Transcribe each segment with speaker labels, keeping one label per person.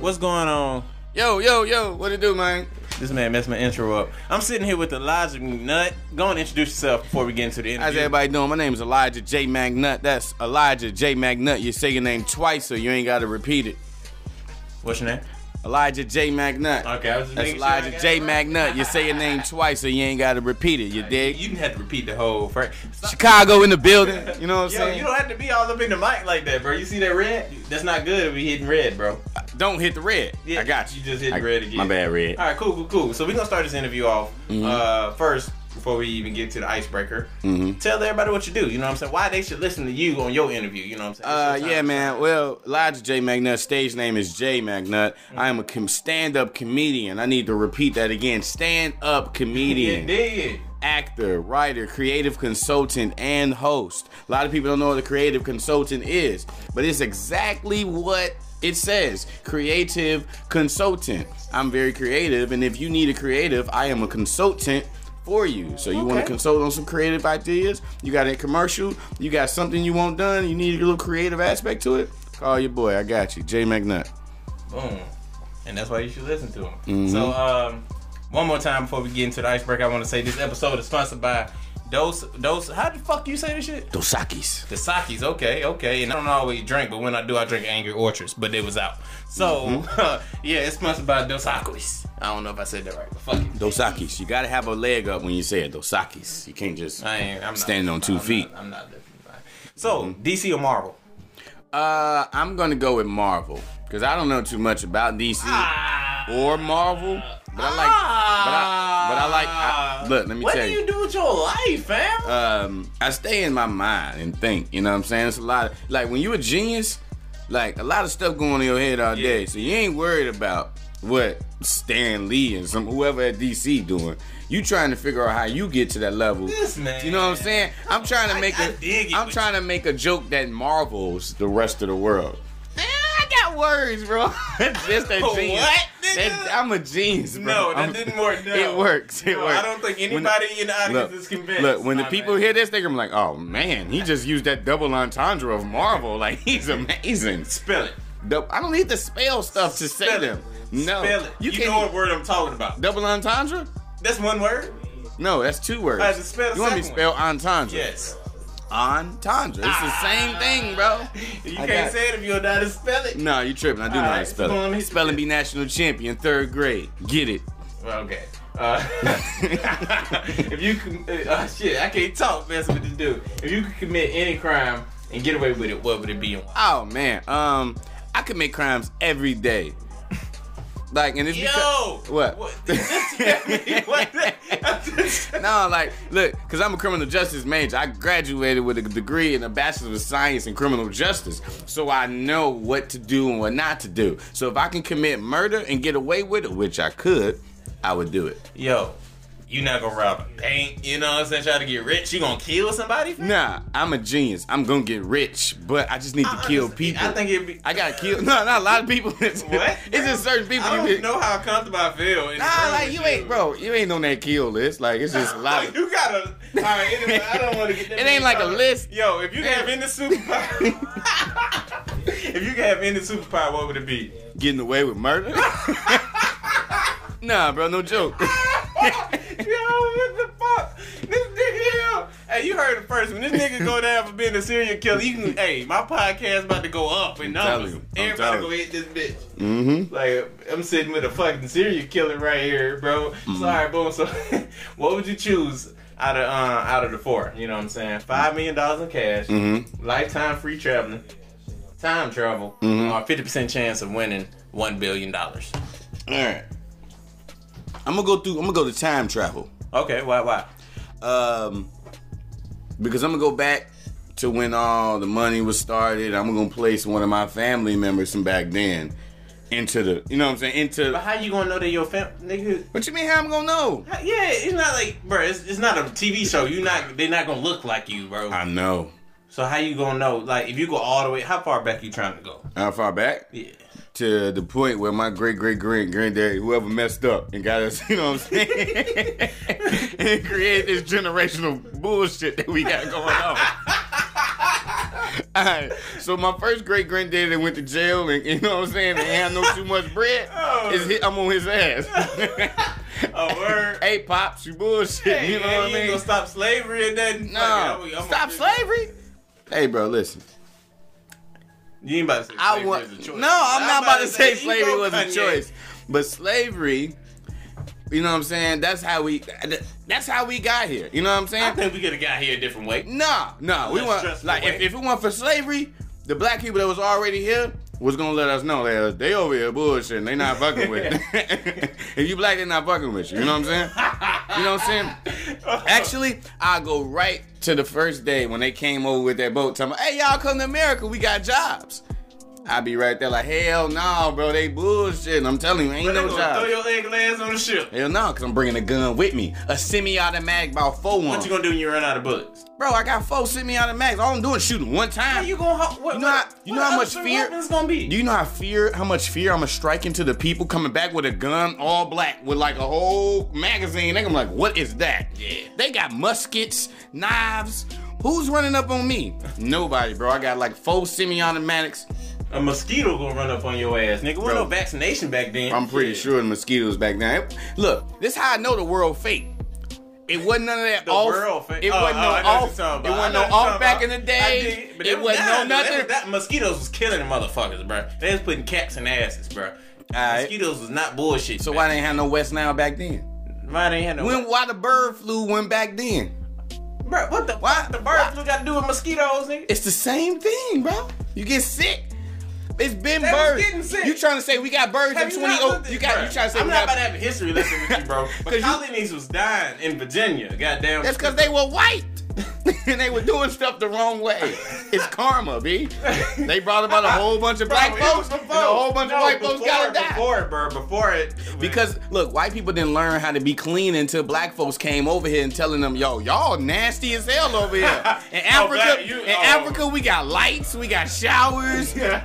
Speaker 1: What's going on?
Speaker 2: Yo, yo, yo, what it do, man?
Speaker 1: This man messed my intro up. I'm sitting here with Elijah McNutt. Go and introduce yourself before we get into the
Speaker 2: How's
Speaker 1: interview.
Speaker 2: everybody doing? My name is Elijah J. McNutt. That's Elijah J. McNutt. You say your name twice, so you ain't got to repeat it.
Speaker 1: What's your name?
Speaker 2: Elijah J. McNutt.
Speaker 1: Okay, I was just
Speaker 2: That's
Speaker 1: making sure I
Speaker 2: Elijah
Speaker 1: got
Speaker 2: J.
Speaker 1: it right.
Speaker 2: McNutt. You say your name twice, so you ain't got to repeat it. You dig?
Speaker 1: You didn't have to repeat the whole phrase. Stop-
Speaker 2: Chicago in the building. You know what I'm
Speaker 1: Yo,
Speaker 2: saying?
Speaker 1: you don't have to be all up in the mic like that, bro. You see that red? That's not good if we hitting red, bro.
Speaker 2: Don't hit the red.
Speaker 1: Yeah,
Speaker 2: I got you.
Speaker 1: you just hit
Speaker 2: I-
Speaker 1: red again.
Speaker 2: My bad, Mm-hmm. red.
Speaker 1: All right, cool, cool, cool. So we're gonna start this interview off uh, first before we even get to the icebreaker.
Speaker 2: Mm-hmm.
Speaker 1: Tell everybody what you do. You know what I'm saying? Why they should listen to you on your interview. You know what
Speaker 2: Uh,
Speaker 1: I'm saying? It's your
Speaker 2: yeah,
Speaker 1: time.
Speaker 2: man. Well, Elijah J. McNutt, stage name is J. McNutt. I am a com- stand up comedian. I need to repeat that again. Stand up comedian.
Speaker 1: Indeed.
Speaker 2: actor, writer, creative consultant, and host. A lot of people don't know what a creative consultant is, but it's exactly what it says creative consultant. I'm very creative, and if you need a creative, I am a consultant for you. So you want to
Speaker 1: Okay.
Speaker 2: consult on some creative ideas? You got a commercial? You got something you want done? You need a little creative aspect to it? Call your boy. I got you. Jay McNutt.
Speaker 1: Boom. And that's why you should listen to them.
Speaker 2: Mm-hmm.
Speaker 1: So, um, one more time before we get into the icebreaker, I want to say this episode is sponsored by Dose. Dose. How the fuck you say this shit?
Speaker 2: Dosakis.
Speaker 1: The Sakis. Okay, okay. And I don't always drink, but when I do, I drink Angry Orchards. But it was out. So,
Speaker 2: Mm-hmm.
Speaker 1: yeah, it's sponsored by Dos Sakis. I don't know if I said that right, but fuck it.
Speaker 2: Dosakis. You got to have a leg up when you say it. Dosakis. You can't just
Speaker 1: I ain't, I'm not
Speaker 2: Standing on
Speaker 1: lifting-
Speaker 2: two
Speaker 1: I'm
Speaker 2: feet. Mm-hmm.
Speaker 1: Not, I'm not lifting. So, DC or Marvel?
Speaker 2: Uh, I'm gonna go with Marvel because I don't know too much about DC
Speaker 1: Ah.
Speaker 2: or Marvel, but I like. But I, but I like. I, look, let me
Speaker 1: Ah. what
Speaker 2: tell
Speaker 1: do
Speaker 2: you.
Speaker 1: you do with your life, fam?
Speaker 2: um, I stay in my mind and think. You know what I'm saying? It's a lot. Of, like when you a genius, like a lot of stuff going on in your head all
Speaker 1: Yeah.
Speaker 2: day, so you ain't worried about what Stan Lee and some whoever at DC doing. You trying to figure out how you get to that level.
Speaker 1: This man.
Speaker 2: You know what I'm saying? I'm trying to
Speaker 1: I-
Speaker 2: make
Speaker 1: I
Speaker 2: a.
Speaker 1: dig it
Speaker 2: I'm
Speaker 1: with
Speaker 2: trying to make a joke that marvels the rest of the world. Man, I got words, bro. Just a
Speaker 1: What,
Speaker 2: genius.
Speaker 1: nigga?
Speaker 2: That- I'm a genius, bro.
Speaker 1: No, that
Speaker 2: I'm-
Speaker 1: didn't work. No.
Speaker 2: It works. It
Speaker 1: No,
Speaker 2: works.
Speaker 1: I don't think
Speaker 2: When-
Speaker 1: anybody in the audience is convinced.
Speaker 2: Look, when the
Speaker 1: my
Speaker 2: people
Speaker 1: man.
Speaker 2: hear this, they're gonna be like, "Oh man, he just used that double entendre of Marvel. Like he's amazing."
Speaker 1: spell it.
Speaker 2: Dou- I don't need to spell stuff to say
Speaker 1: Spell it.
Speaker 2: them. No,
Speaker 1: spell it. You,
Speaker 2: can't
Speaker 1: know what word I'm talking about.
Speaker 2: double entendre.
Speaker 1: That's one word.
Speaker 2: No, that's two words.
Speaker 1: I had to spell the
Speaker 2: you want me to
Speaker 1: second
Speaker 2: spell entendre?
Speaker 1: Yes.
Speaker 2: Entendre. It's the same thing, bro.
Speaker 1: You
Speaker 2: I
Speaker 1: can't
Speaker 2: got-
Speaker 1: say it if you don't know how to spell it.
Speaker 2: No, you tripping. I do know how to
Speaker 1: Alright, you
Speaker 2: spell
Speaker 1: want me
Speaker 2: it.
Speaker 1: to-
Speaker 2: Spelling be national champion, third grade. Get it.
Speaker 1: Well, okay. Uh, if you com- uh, shit, I can't talk. That's what to do. If you could commit any crime and get away with it, what would it be? And why?
Speaker 2: Oh man, um, I commit crimes every day. Like, and it's
Speaker 1: Yo,
Speaker 2: because what?
Speaker 1: what? What the- I'm just-
Speaker 2: no, like, look, because I'm a criminal justice major. I graduated with a degree and a bachelor of science in criminal justice, so I know what to do and what not to do. So if I can commit murder and get away with it, which I could, I would do it.
Speaker 1: Yo, you not gonna rob a bank? You know what I'm saying? Try to get rich? You gonna kill somebody?
Speaker 2: Nah, I'm a genius. I'm gonna get rich, but I just need to kill
Speaker 1: Honestly,
Speaker 2: people.
Speaker 1: I think it'd be.
Speaker 2: I gotta kill. No, not a lot of people. it's
Speaker 1: What?
Speaker 2: just certain people.
Speaker 1: I
Speaker 2: you
Speaker 1: don't
Speaker 2: can-
Speaker 1: know how comfortable I feel. in the
Speaker 2: Nah,
Speaker 1: room
Speaker 2: like
Speaker 1: with
Speaker 2: you ain't, bro. You ain't on that kill list. Like it's just a lot. Of,
Speaker 1: You gotta. All right, anyway, I don't want to get that.
Speaker 2: It
Speaker 1: many
Speaker 2: ain't like a
Speaker 1: comments.
Speaker 2: list.
Speaker 1: Yo, if you could have any superpower, if you could have any superpower, what would it be?
Speaker 2: getting away with murder. nah, bro, no joke.
Speaker 1: Yo, what the fuck? This nigga, yo. Hey, you heard it first. When this nigga go down for being a serial killer, you can. Hey, my podcast about to go up in
Speaker 2: telling
Speaker 1: numbers.
Speaker 2: you, I'm
Speaker 1: Everybody
Speaker 2: telling
Speaker 1: go hit this bitch.
Speaker 2: Mm-hmm.
Speaker 1: Like, I'm sitting with a fucking serial killer right here, bro.
Speaker 2: Mm-hmm.
Speaker 1: Sorry, boom. So, what would you choose out of uh, out of the four? You know what I'm saying?
Speaker 2: Mm-hmm.
Speaker 1: Five million dollars in cash,
Speaker 2: Mhm.
Speaker 1: lifetime free traveling, time travel,
Speaker 2: Mhm.
Speaker 1: or fifty percent chance of winning one billion dollars.
Speaker 2: All right. I'm gonna go through. I'm gonna go to time travel.
Speaker 1: Okay, why why?
Speaker 2: Um, because I'm gonna go back to when all the money was started. I'm gonna place one of my family members from back then into the. You know what I'm saying?
Speaker 1: But
Speaker 2: Into.
Speaker 1: how you gonna know that your fam nigga?
Speaker 2: What you mean? How I'm gonna know?
Speaker 1: how- Yeah, it's not like, bro. It's, it's not a TV show. You not they not gonna look like you, bro.
Speaker 2: I know.
Speaker 1: So how you gonna know? Like, if you go all the way, how far back you trying to go?
Speaker 2: How far back?
Speaker 1: Yeah.
Speaker 2: to the point where my great great great granddaddy, whoever messed up and got us, you know what I'm saying, and created this generational bullshit that we got going on. Alright, so my first great granddaddy that went to jail and you know what I'm saying, and had no too much bread,
Speaker 1: Oh.
Speaker 2: is hit, I'm on his ass.
Speaker 1: A word.
Speaker 2: hey, pops, you bullshit. you
Speaker 1: Hey,
Speaker 2: know what I
Speaker 1: ain't
Speaker 2: mean?
Speaker 1: gonna stop slavery or nothing.
Speaker 2: No,
Speaker 1: Fuck it, I'm- I'm
Speaker 2: stop
Speaker 1: gonna-
Speaker 2: slavery. Hey, bro, listen.
Speaker 1: You ain't about to say
Speaker 2: I
Speaker 1: slavery was
Speaker 2: want
Speaker 1: a
Speaker 2: no.
Speaker 1: choice.
Speaker 2: I'm not about to say
Speaker 1: you
Speaker 2: slavery
Speaker 1: go,
Speaker 2: was a
Speaker 1: Kanye.
Speaker 2: choice, but slavery. You know what I'm saying? That's how we. That's how we got here. You know what I'm
Speaker 1: I
Speaker 2: saying?
Speaker 1: think we could have got here a different way.
Speaker 2: Nah, nah. We
Speaker 1: Less
Speaker 2: want
Speaker 1: stressful
Speaker 2: like if,
Speaker 1: way.
Speaker 2: if it weren't for slavery, the black people that was already here was gonna let us know that they over here bullshitting. They not fucking with. it. if you black, they not fucking with you. You know what I'm saying? You know what I'm saying? Actually, I go right to the first day when they came over with that boat. Talking, about, hey y'all, come to America. We got jobs. I be right there like hell no, bro. They bullshitting. I'm telling you, ain't
Speaker 1: But they
Speaker 2: no
Speaker 1: gonna throw
Speaker 2: job.
Speaker 1: your leg lands on the ship.
Speaker 2: Hell no, cause I'm bringing a gun with me, a semi-automatic, about four one.
Speaker 1: What you gonna do when you run out of bullets?
Speaker 2: Bro, I got four semi-automatics. All I'm doing is shooting one time.
Speaker 1: How you gonna? ho- What,
Speaker 2: You know how-
Speaker 1: what,
Speaker 2: you
Speaker 1: what
Speaker 2: know how
Speaker 1: other
Speaker 2: much fear-
Speaker 1: weapons gonna be?
Speaker 2: Do you know how fear, how much fear I'm gonna strike into the people coming back with a gun, all black, with like a whole magazine? They're gonna be like, what is that?
Speaker 1: Yeah.
Speaker 2: They got muskets, knives. Who's running up on me? Nobody, bro. I got like four semi-automatics.
Speaker 1: a mosquito gonna run up on your ass, nigga. Wasn't
Speaker 2: Bro.
Speaker 1: no vaccination back then.
Speaker 2: I'm pretty
Speaker 1: Shit.
Speaker 2: sure the mosquitoes back then. It- Look, this how I know the world fake. It wasn't none of that
Speaker 1: The
Speaker 2: off.
Speaker 1: world fake.
Speaker 2: It
Speaker 1: Oh,
Speaker 2: wasn't
Speaker 1: oh, I know
Speaker 2: no
Speaker 1: what
Speaker 2: off.
Speaker 1: you're talking
Speaker 2: It
Speaker 1: about.
Speaker 2: wasn't
Speaker 1: I
Speaker 2: no
Speaker 1: know what you're
Speaker 2: off back in
Speaker 1: talking
Speaker 2: the
Speaker 1: about. I
Speaker 2: day.
Speaker 1: did, but
Speaker 2: It
Speaker 1: was
Speaker 2: wasn't no
Speaker 1: dying, though. They
Speaker 2: nothing.
Speaker 1: was dying. mosquitoes was killing the motherfuckers, bro. They was putting caps in their asses, bro.
Speaker 2: Alright.
Speaker 1: Mosquitoes was not bullshit.
Speaker 2: So
Speaker 1: man.
Speaker 2: why they ain't have no West Nile back then?
Speaker 1: Mine ain't had no.
Speaker 2: When why the bird flu went back then?
Speaker 1: bro, what the
Speaker 2: Why-
Speaker 1: fuck? The bird
Speaker 2: why-
Speaker 1: flu got to do with mosquitoes, nigga.
Speaker 2: It's the same thing, bro. You get sick. It's been
Speaker 1: They was
Speaker 2: birds.
Speaker 1: getting sick.
Speaker 2: You trying to say we got birds
Speaker 1: Have
Speaker 2: in
Speaker 1: you
Speaker 2: twenty
Speaker 1: not
Speaker 2: oh
Speaker 1: looked at-
Speaker 2: you got you
Speaker 1: bruh,
Speaker 2: trying to say
Speaker 1: I'm
Speaker 2: we
Speaker 1: not
Speaker 2: got
Speaker 1: about to have a history lesson with you, bro.
Speaker 2: 'Cause you-
Speaker 1: But colonies was dying in Virginia. Goddamn.
Speaker 2: That's because they were white. and they were doing stuff the wrong way. It's karma, B. They brought about a whole bunch of
Speaker 1: Bro,
Speaker 2: black
Speaker 1: it
Speaker 2: folks
Speaker 1: was
Speaker 2: and a
Speaker 1: before-
Speaker 2: whole bunch of
Speaker 1: no,
Speaker 2: white folks
Speaker 1: before-
Speaker 2: gotta die.
Speaker 1: Before it, bro. Before it.
Speaker 2: Because look, white people didn't learn how to be clean until black folks came over here and telling them, "Yo, y'all nasty as hell over here." In
Speaker 1: Oh,
Speaker 2: Africa,
Speaker 1: black, you-
Speaker 2: in
Speaker 1: oh.
Speaker 2: Africa, we got lights, we got showers, we got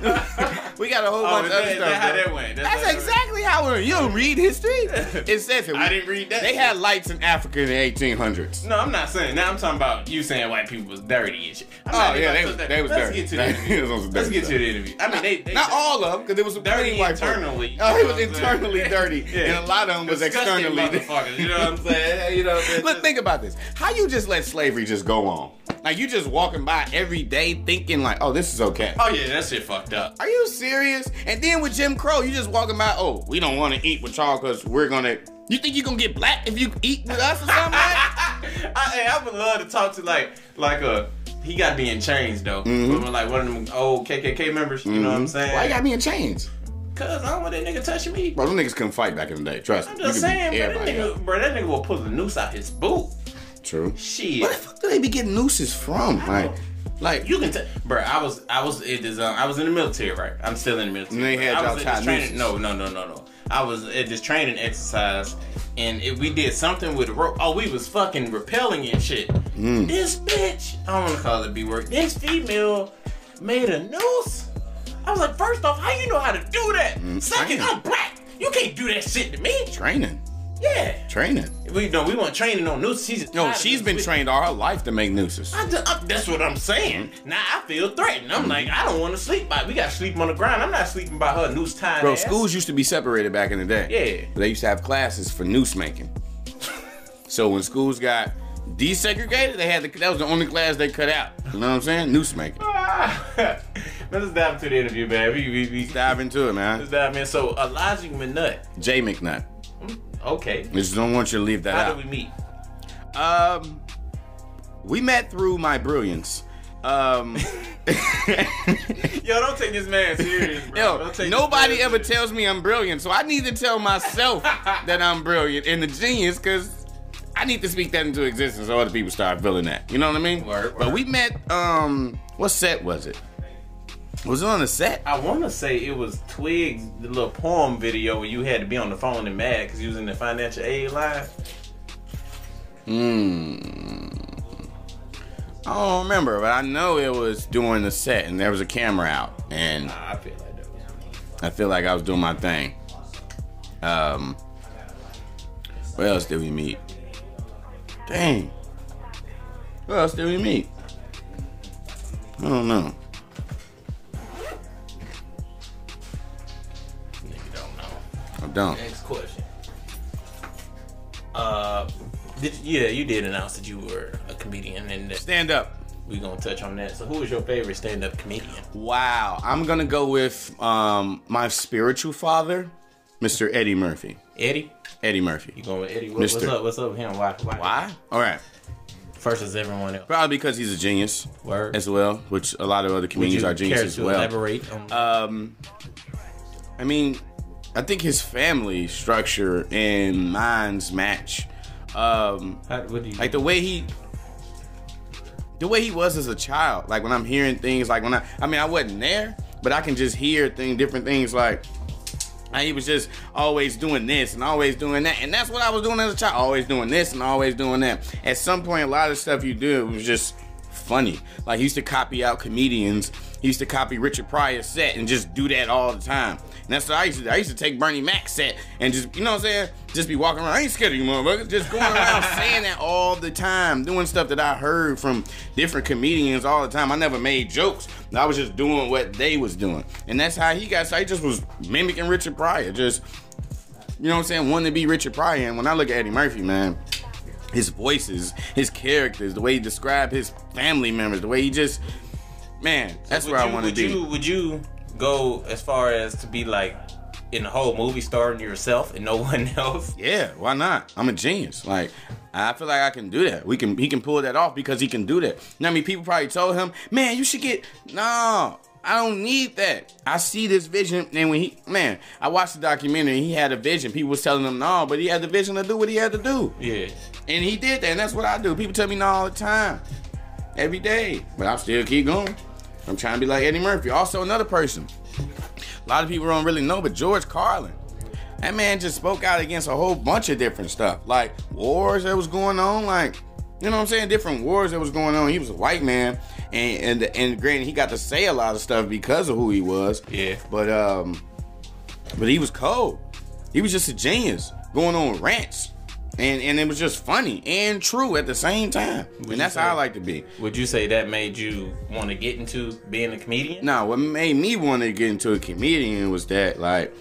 Speaker 2: a whole
Speaker 1: Oh,
Speaker 2: bunch
Speaker 1: is
Speaker 2: of
Speaker 1: that,
Speaker 2: other
Speaker 1: is
Speaker 2: stuff.
Speaker 1: that how
Speaker 2: bro.
Speaker 1: that went?
Speaker 2: That's
Speaker 1: how that went.
Speaker 2: exactly how it. You don't read history. It says it.
Speaker 1: I didn't read that
Speaker 2: They
Speaker 1: shit.
Speaker 2: had lights in Africa in the 1800s.
Speaker 1: No, I'm not saying. Now I'm talking about you saying white people was dirty and shit. I'm
Speaker 2: Oh,
Speaker 1: not even
Speaker 2: yeah, they
Speaker 1: about
Speaker 2: was-
Speaker 1: to-
Speaker 2: they was
Speaker 1: let's
Speaker 2: dirty.
Speaker 1: Get to
Speaker 2: They-
Speaker 1: the interview.
Speaker 2: it was some
Speaker 1: Let's
Speaker 2: dirty
Speaker 1: get to the interview. I mean, they, they
Speaker 2: Not all of them, because there was some
Speaker 1: dirty
Speaker 2: plenty white folk.
Speaker 1: internally.
Speaker 2: Oh,
Speaker 1: you
Speaker 2: it
Speaker 1: know
Speaker 2: was
Speaker 1: what I'm saying?
Speaker 2: internally dirty,
Speaker 1: Yeah.
Speaker 2: and a lot of them was
Speaker 1: Disgusting
Speaker 2: externally.
Speaker 1: motherfuckers. You know what I'm saying? You know. What I'm saying?
Speaker 2: Look, think about this. How you just let slavery just go on? Like you just walking by every day thinking like, oh, this is okay.
Speaker 1: Oh yeah, that shit fucked up.
Speaker 2: Are you serious? And then with Jim Crow, you just walking by, oh, we don't want to eat with y'all because we're gonna. You think you gonna get black if you eat with us or something? like?
Speaker 1: I, hey, I would love to talk to like like a. He got to be in chains though. But like one of them old KKK members. You know what I'm saying?
Speaker 2: Mm-hmm. Why you got me in chains?
Speaker 1: Cause I don't want that nigga touching me.
Speaker 2: Bro, them niggas couldn't fight back in the day. Trust
Speaker 1: I'm
Speaker 2: me.
Speaker 1: just
Speaker 2: you could beat
Speaker 1: saying, bro. That
Speaker 2: everybody
Speaker 1: nigga, bro, that nigga will pull the noose out his boot.
Speaker 2: up. True.
Speaker 1: Shit.
Speaker 2: Where the fuck do they be getting nooses from? Like, like
Speaker 1: You can tell, bro. I was, I was at this, um, I was in the military, right? I'm still in the military.
Speaker 2: And they had
Speaker 1: I
Speaker 2: y'all
Speaker 1: was
Speaker 2: tied
Speaker 1: at this training.
Speaker 2: nooses.
Speaker 1: No, no, no, no, no. I was at this training exercise, and if we did something with a rope, oh, we was fucking repelling and shit.
Speaker 2: Mm.
Speaker 1: This bitch, I don't want to call it B word. This female made a noose. I was like, first off, how you know how to do that?
Speaker 2: Mm,
Speaker 1: Second,
Speaker 2: training.
Speaker 1: I'm black. You can't do that shit to me.
Speaker 2: training,
Speaker 1: Yeah,
Speaker 2: training.
Speaker 1: we don't. We want training on nooses. She's
Speaker 2: No,
Speaker 1: tired of
Speaker 2: she's
Speaker 1: this
Speaker 2: been
Speaker 1: bitch.
Speaker 2: trained all her life to make nooses.
Speaker 1: I just, I, that's what I'm saying. Now I feel threatened. I'm like, I don't want to sleep. By, we got to sleep on the ground. I'm not sleeping by her noose tie.
Speaker 2: Bro,
Speaker 1: ass.
Speaker 2: schools used to be separated back in the day.
Speaker 1: Yeah.
Speaker 2: But they used to have classes for noose making. so when schools got desegregated, they had the, that was the only class they cut out. You know what I'm saying? Noose making.
Speaker 1: Ah. Let's dive into the interview, man. We, we, we
Speaker 2: Dive into it, man.
Speaker 1: let's dive in. So Elijah McNutt.
Speaker 2: Jay McNutt.
Speaker 1: Okay.
Speaker 2: I just don't want you to leave that
Speaker 1: How
Speaker 2: out.
Speaker 1: did we meet?
Speaker 2: Um, we met through my brilliance. Um,
Speaker 1: Yo, don't take this man serious, bro.
Speaker 2: yo,
Speaker 1: Don't take
Speaker 2: nobody
Speaker 1: this man
Speaker 2: ever
Speaker 1: serious.
Speaker 2: tells me I'm brilliant, so I need to tell myself that I'm brilliant and a genius, cause I need to speak that into existence so other people start feeling that. You know what I mean?
Speaker 1: Word,
Speaker 2: But
Speaker 1: word.
Speaker 2: we met. Um, what set was it? Was it on the set?
Speaker 1: I want to say it was Twig's the little poem video where you had to be on the phone and mad because you was in the financial aid line.
Speaker 2: Hmm. I don't remember, but I know it was during the set, and there was a camera out, and
Speaker 1: Nah, I feel like that. was-
Speaker 2: I feel like I was doing my thing. Um, where else did we meet? Dang. Where else did we meet? I don't know. don't.
Speaker 1: Next question. Uh, did, yeah, you did announce that you were a comedian, and that
Speaker 2: Stand up.
Speaker 1: we gonna touch on that. So, who is your favorite stand-up comedian?
Speaker 2: Wow. I'm gonna go with um my spiritual father, Mr. Eddie Murphy.
Speaker 1: Eddie.
Speaker 2: Eddie
Speaker 1: You
Speaker 2: Murphy.
Speaker 1: going with Eddie? What, what's
Speaker 2: Mister.
Speaker 1: up? What's up with him? Why? Why?
Speaker 2: All right.
Speaker 1: Versus everyone else.
Speaker 2: Probably because he's a genius
Speaker 1: Word.
Speaker 2: as well, which a lot of other
Speaker 1: Would
Speaker 2: comedians are
Speaker 1: care
Speaker 2: geniuses as
Speaker 1: to
Speaker 2: well.
Speaker 1: elaborate on
Speaker 2: um I mean, I think his family structure and minds match. Um
Speaker 1: how, what do you?
Speaker 2: like the way he the way he was as a child like when i'm hearing things like when i i mean i wasn't there but i can just hear thing different things like and he was just always doing this and always doing that and that's what i was doing as a child always doing this and always doing that at some point a lot of stuff you do was just funny like he used to copy out comedians he used to copy richard pryor's set and just do that all the time and that's what i used to do. i used to take bernie mac's set and just you know what i'm saying just be walking around i ain't scared of you motherfuckers just going around saying that all the time doing stuff that i heard from different comedians all the time i never made jokes i was just doing what they was doing and that's how he got so he just was mimicking richard pryor just you know what i'm saying wanting to be richard pryor and when i look at eddie murphy man his voices his characters the way he described his family members the way he just man that's
Speaker 1: Would
Speaker 2: where
Speaker 1: you-
Speaker 2: i want to
Speaker 1: would
Speaker 2: be
Speaker 1: You, would you go as far as to be like in the whole movie starring yourself and no one else?
Speaker 2: Yeah, why not? I'm a genius. Like, I feel like I can do that. We can he can pull that off because he can do that. You know what I mean, people probably told him, man, you should get no. I don't need that. I see this vision, and when he man, I watched the documentary. He had a vision. People was telling him no, but he had the vision to do what he had to do,
Speaker 1: Yeah.
Speaker 2: and he did that. And that's what I do. People tell me no all the time, every day, but I still keep going. I'm trying to be like Eddie Murphy. Also, another person. A lot of people don't really know, but George Carlin. That man just spoke out against a whole bunch of different stuff, like wars that was going on, like you know what I'm saying, different wars that was going on. He was a white man, and and and granted, he got to say a lot of stuff because of who he was.
Speaker 1: Yeah.
Speaker 2: But um, but he was cold. He was just a genius going on rants, and and it was just funny and true at the same time.
Speaker 1: you
Speaker 2: and that's
Speaker 1: say-
Speaker 2: how I like to be.
Speaker 1: Would you say that made you want to get into being a comedian?
Speaker 2: Now, what made me want to get into a comedian was that, like,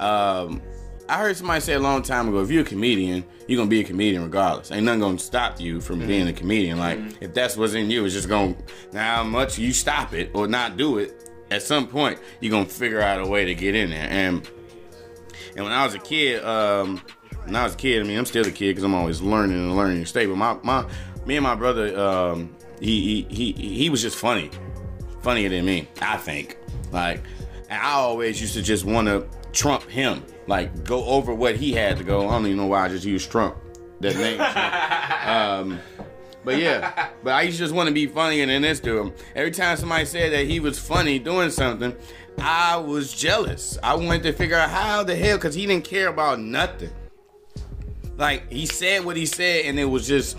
Speaker 2: um, I heard somebody say a long time ago, if you're a comedian, you're gonna be a comedian regardless. Ain't nothing gonna stop you from being a comedian. Like, if that's what's in you, it's just gonna now how much you stop it or not do it. At some point, you're gonna figure out a way to get in there. And and when I was a kid, um, when I was a kid, I mean, I'm still a kid because I'm always learning and learning and stay. But my, my, me and my brother, um, he, he, he, he was just funny, funnier than me, I think. Like, and I always used to just want to trump him, like go over what he had to go. I don't even know why I just used Trump, that name. But yeah, but I used to just want to be funnier than this dude. Every time somebody said that he was funny doing something, I was jealous. I wanted to figure out how the hell, because he didn't care about nothing. Like, he said what he said, and it was just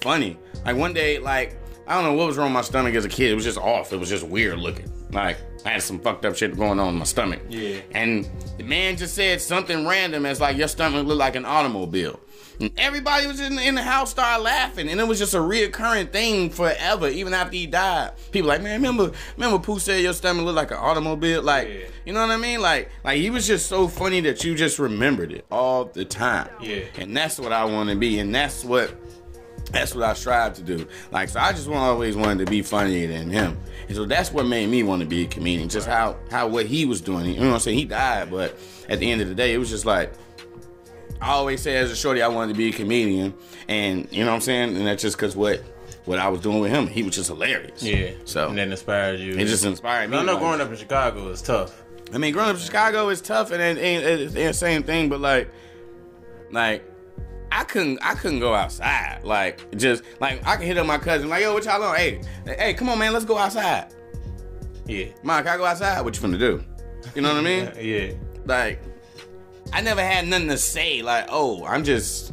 Speaker 2: funny. Like, one day, like, I don't know what was wrong with my stomach as a kid. It was just off. It was just weird looking. Like, I had some fucked up shit going on in my stomach.
Speaker 1: Yeah.
Speaker 2: And the man just said something random as like your stomach looked like an automobile. And everybody was in, in the house started laughing, and it was just a reoccurring thing forever, even after he died. People like, man, remember, remember Pooh said your stomach looked like an automobile? Like,
Speaker 1: Yeah.
Speaker 2: you know what I mean? Like, like he was just so funny that you just remembered it all the time.
Speaker 1: Yeah.
Speaker 2: And that's what I want to be, and that's what that's what I strive to do. Like, so I just want always wanted to be funnier than him, and so that's what made me want to be a comedian. Just how how what he was doing. You know what I'm saying? He died, but at the end of the day, it was just like I always say as a shorty, I wanted to be a comedian, and you know what I'm saying. And that's just because what what I was doing with him, he was just hilarious.
Speaker 1: Yeah.
Speaker 2: So
Speaker 1: and that inspires you.
Speaker 2: it just inspired me.
Speaker 1: I know
Speaker 2: like-
Speaker 1: growing up in Chicago is tough.
Speaker 2: I mean, growing up in Chicago is tough and and, and, and and same thing, but like, like I couldn't I couldn't go outside. Like just like I can hit up my cousin like, yo, what y'all on? Hey, hey, come on, man, let's go outside.
Speaker 1: Yeah.
Speaker 2: Mom, can I go outside? What you finna do? You know what I mean?
Speaker 1: Yeah.
Speaker 2: Like I never had nothing to say. Like, oh, I'm just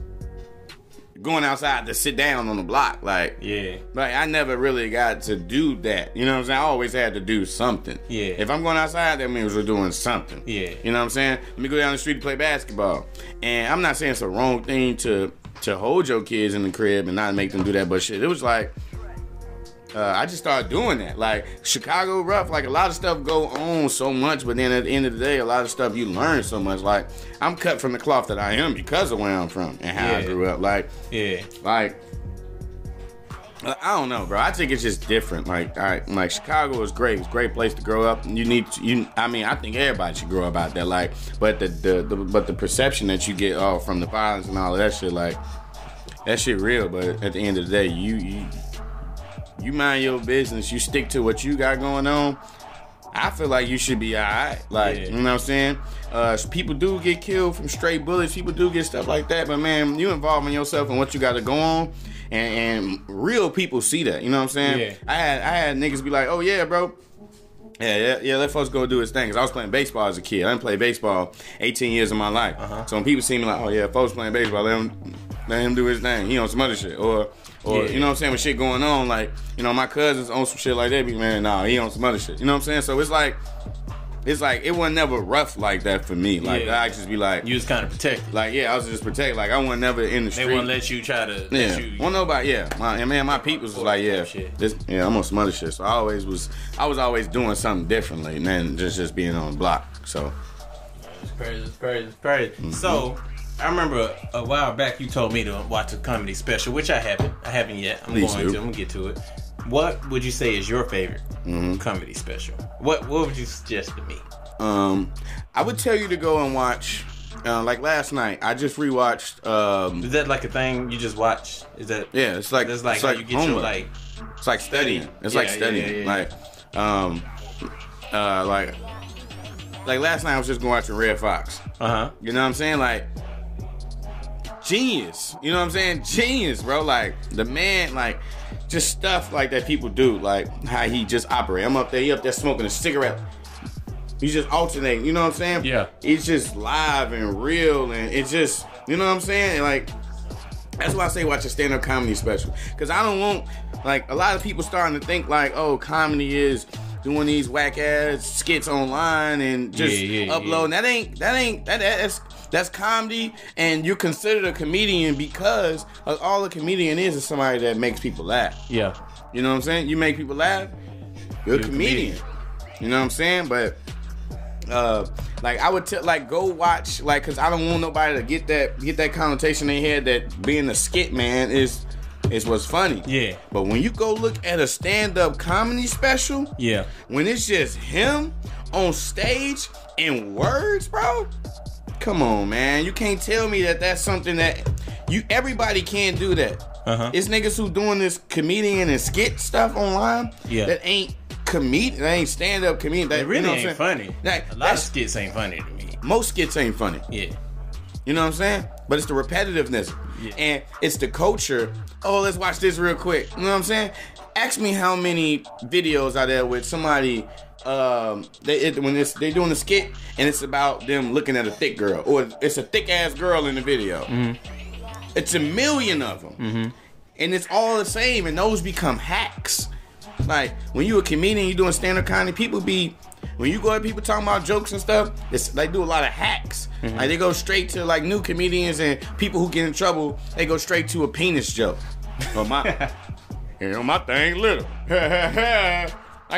Speaker 2: going outside to sit down on the block. Like,
Speaker 1: Yeah.
Speaker 2: like I never really got to do that. You know what I'm saying? I always had to do something.
Speaker 1: Yeah.
Speaker 2: If I'm going outside, that means we're doing something.
Speaker 1: Yeah.
Speaker 2: You know what I'm saying? Let me go down the street to play basketball. And I'm not saying it's the wrong thing to to hold your kids in the crib and not make them do that, but shit, it was like uh, I just started doing that. Like Chicago Rough, like a lot of stuff go on so much, but then at the end of the day, a lot of stuff you learn so much. Like I'm cut from the cloth that I am because of where I'm from and how I
Speaker 1: Yeah.
Speaker 2: grew up. Like,
Speaker 1: Yeah.
Speaker 2: like I I don't know, bro. I think it's just different. Like, all right, like Chicago is great. It's a great place to grow up. You need to, you. I mean, I think everybody should grow up out there. Like, but the, the, the but the perception that you get all from the violence and all of that shit, like that shit real. But at the end of the day, you you you mind your business. You stick to what you got going on. I feel like you should be alright. Like,
Speaker 1: Yeah.
Speaker 2: you know what I'm saying? Uh, people do get killed from stray bullets. People do get stuff like that. But man, you involving yourself in what you got to go on, and, and real people see that. You know what I'm saying?
Speaker 1: Yeah.
Speaker 2: I had I had niggas be like, oh yeah, bro. Yeah, yeah, yeah, let folks go do his thing. Cause I was playing baseball as a kid. I didn't play baseball 18 years of my life.
Speaker 1: Uh-huh.
Speaker 2: So when people see me like, oh yeah, folks playing baseball, let him, let him do his thing. He on some other shit. Or, or
Speaker 1: Yeah.
Speaker 2: you know what I'm saying, when shit going on, like, you know, my cousins on some shit like that, be man, nah, he on some other shit. You know what I'm saying? So it's like, it's like, it wasn't never rough like that for me. Like,
Speaker 1: Yeah.
Speaker 2: I just be like,
Speaker 1: You was kind of protected.
Speaker 2: like, yeah, I was just protect. Like, I wasn't never in the
Speaker 1: They
Speaker 2: street.
Speaker 1: wouldn't let you try to.
Speaker 2: Yeah.
Speaker 1: Let you,
Speaker 2: Well, nobody. Yeah. My and man, my peoples was like, yeah,
Speaker 1: Shit.
Speaker 2: this, yeah, I'm on some other shit. So I always was, I was always doing something differently than just just being on the block. So
Speaker 1: It's crazy, it's crazy, it's crazy.
Speaker 2: Mm-hmm.
Speaker 1: So, I remember a while back you told me to watch a comedy special, which I haven't. I haven't yet. I'm
Speaker 2: Please
Speaker 1: going
Speaker 2: do.
Speaker 1: to. I'm gonna get to it. What would you say is your favorite
Speaker 2: Mm-hmm.
Speaker 1: comedy special? What What would you suggest to me?
Speaker 2: Um, I would tell you to go and watch. Uh, like last night, I just rewatched. Um,
Speaker 1: Is that like a thing you just watch? Is that
Speaker 2: yeah, it's like
Speaker 1: That's like,
Speaker 2: it's
Speaker 1: how
Speaker 2: like
Speaker 1: you get your
Speaker 2: homework.
Speaker 1: like.
Speaker 2: It's like studying. It's like
Speaker 1: Yeah, yeah,
Speaker 2: studying.
Speaker 1: yeah, yeah.
Speaker 2: Like, um, uh, like, like last night I was just going watching Red Fox.
Speaker 1: Uh huh.
Speaker 2: You know what I'm saying? Like genius. You know what I'm saying? Genius, bro. Like the man, like just stuff like that people do, like how he just operate. I'm up there, he up there smoking a cigarette. He's just alternating, you know what I'm saying?
Speaker 1: Yeah.
Speaker 2: It's just live and real and it's just you know what I'm saying? Like that's why I say watch a stand-up comedy special. Cause I don't want like a lot of people starting to think like, oh, comedy is doing these whack ass skits online and just
Speaker 1: Yeah, yeah,
Speaker 2: uploading. That ain't that ain't that that's that's comedy and you're considered a comedian because uh, all a comedian is is somebody that makes people laugh.
Speaker 1: Yeah.
Speaker 2: You know what I'm saying? You make people laugh, you're, a
Speaker 1: You're a
Speaker 2: comedian.
Speaker 1: comedian.
Speaker 2: You know what I'm saying? But uh like I would tell like go watch like cause I don't want nobody to get that get that connotation in their head that being a skit man is is what's funny.
Speaker 1: Yeah.
Speaker 2: But when you go look at a stand-up comedy special,
Speaker 1: Yeah.
Speaker 2: when it's just him on stage and words, bro. Come on, man. You can't tell me that that's something that you everybody can't do that.
Speaker 1: Uh-huh.
Speaker 2: It's niggas who doing this comedian and skit stuff online
Speaker 1: Yeah.
Speaker 2: that ain't comedian, that ain't stand up comedian. That
Speaker 1: It really
Speaker 2: you know what I'm
Speaker 1: ain't
Speaker 2: saying?
Speaker 1: funny.
Speaker 2: Like,
Speaker 1: a lot of
Speaker 2: that's-
Speaker 1: skits ain't funny to me.
Speaker 2: most skits ain't funny.
Speaker 1: Yeah.
Speaker 2: You know what I'm saying? But it's the repetitiveness.
Speaker 1: Yeah.
Speaker 2: And it's the culture. Oh, let's watch this real quick. You know what I'm saying? Ask me how many videos are there with somebody um they it, when it's they doing a skit and it's about them looking at a thick girl or it's a thick ass girl in the video. It's a million of them. And it's all the same and those become hacks. Like when you a comedian, you doing stand up comedy, people be when you go at people talking about jokes and stuff, it's, they do a lot of hacks. Like they go straight to like new comedians and people who get in trouble, they go straight to a penis joke. Well, my, you know, my thing little. I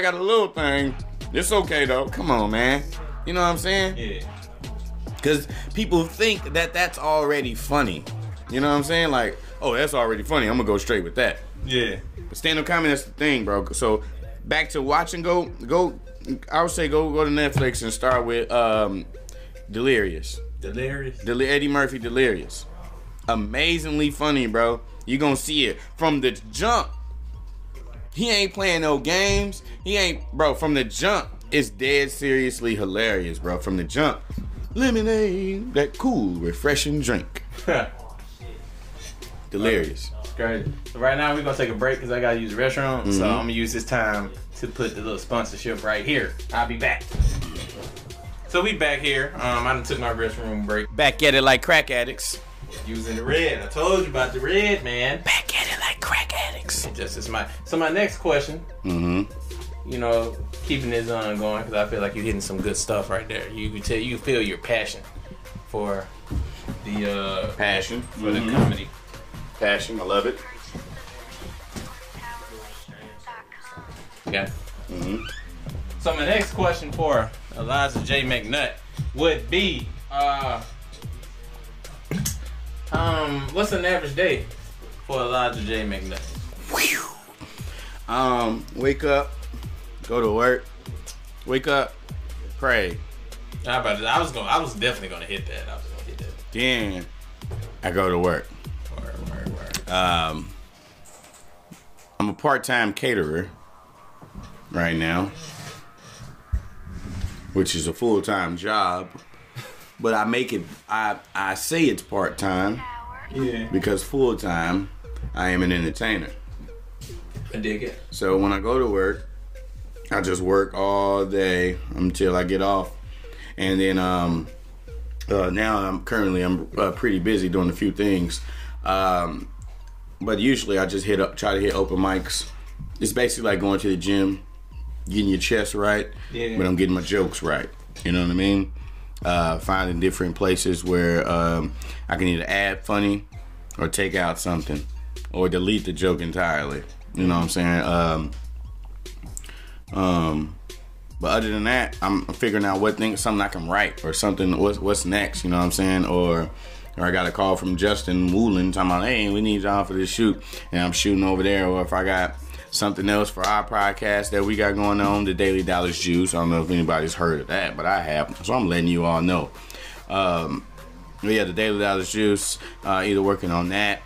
Speaker 2: got a little thing. It's okay though. Come on, man. You know what I'm saying?
Speaker 1: Yeah.
Speaker 2: Because people think that that's already funny. You know what I'm saying? Like, oh, that's already funny. I'm gonna go straight with that.
Speaker 1: Yeah.
Speaker 2: Stand up comedy, that's the thing, bro. So back to watching, go go. I would say go go to Netflix and start with um, Delirious,
Speaker 1: Delirious.
Speaker 2: Del- Eddie Murphy, Delirious. Amazingly funny, bro. You gonna see it from the jump. He ain't playing no games. He ain't, bro. From the jump, it's dead seriously hilarious, bro. From the jump, lemonade, that cool, refreshing drink. Delirious.
Speaker 1: Crazy. So right now we're gonna take a break because I gotta use the restroom. So I'm gonna use this time to put the little sponsorship right here. I'll be back. So we back here. Um, I done took my restroom break
Speaker 2: Back at it like crack addicts.
Speaker 1: using the red. I told you about the red, man.
Speaker 2: Back at it like crack addicts.
Speaker 1: Just as my so my next question. Mm-hmm. You know, keeping this on going because I feel like you're hitting some good stuff right there. You can tell you feel your passion for the uh,
Speaker 2: Passion.
Speaker 1: for the comedy.
Speaker 2: Passion. I love it.
Speaker 3: Back
Speaker 1: Okay. Mm-hmm. So my next question for Eliza J. McNutt would be, uh, um, what's an average day for Eliza J. McNutt?
Speaker 2: Um, wake up, go to work, wake up, pray,
Speaker 1: How about it? I was gonna, I was definitely gonna hit that. I was gonna hit that.
Speaker 2: then I go to work.
Speaker 1: Word, word, word.
Speaker 2: Um, I'm a part-time caterer right now, which is a full-time job, but I make it. I I say it's part-time
Speaker 1: yeah,
Speaker 2: because full-time I am an entertainer.
Speaker 1: I dig it.
Speaker 2: So when I go to work, I just work all day until I get off, and then um, uh, now I'm currently I'm uh, pretty busy doing a few things, um, but usually I just hit up try to hit open mics. It's basically like going to the gym, getting your chest right,
Speaker 1: Yeah.
Speaker 2: but I'm getting my jokes right. You know what I mean? Uh, finding different places where um, I can either add funny or take out something or delete the joke entirely. You know what I'm saying? Um, um, but other than that, I'm figuring out what thing, something I can write or something. What's what's next? You know what I'm saying? Or, or I got a call from Justin Woolen talking about, hey, we need y'all for this shoot, and I'm shooting over there. Or if I got something else for our podcast that we got going on, the Daily Dallas Juice. I don't know if anybody's heard of that, but I have, so I'm letting you all know. Um, but yeah, the Daily Dallas Juice. Uh, either working on that,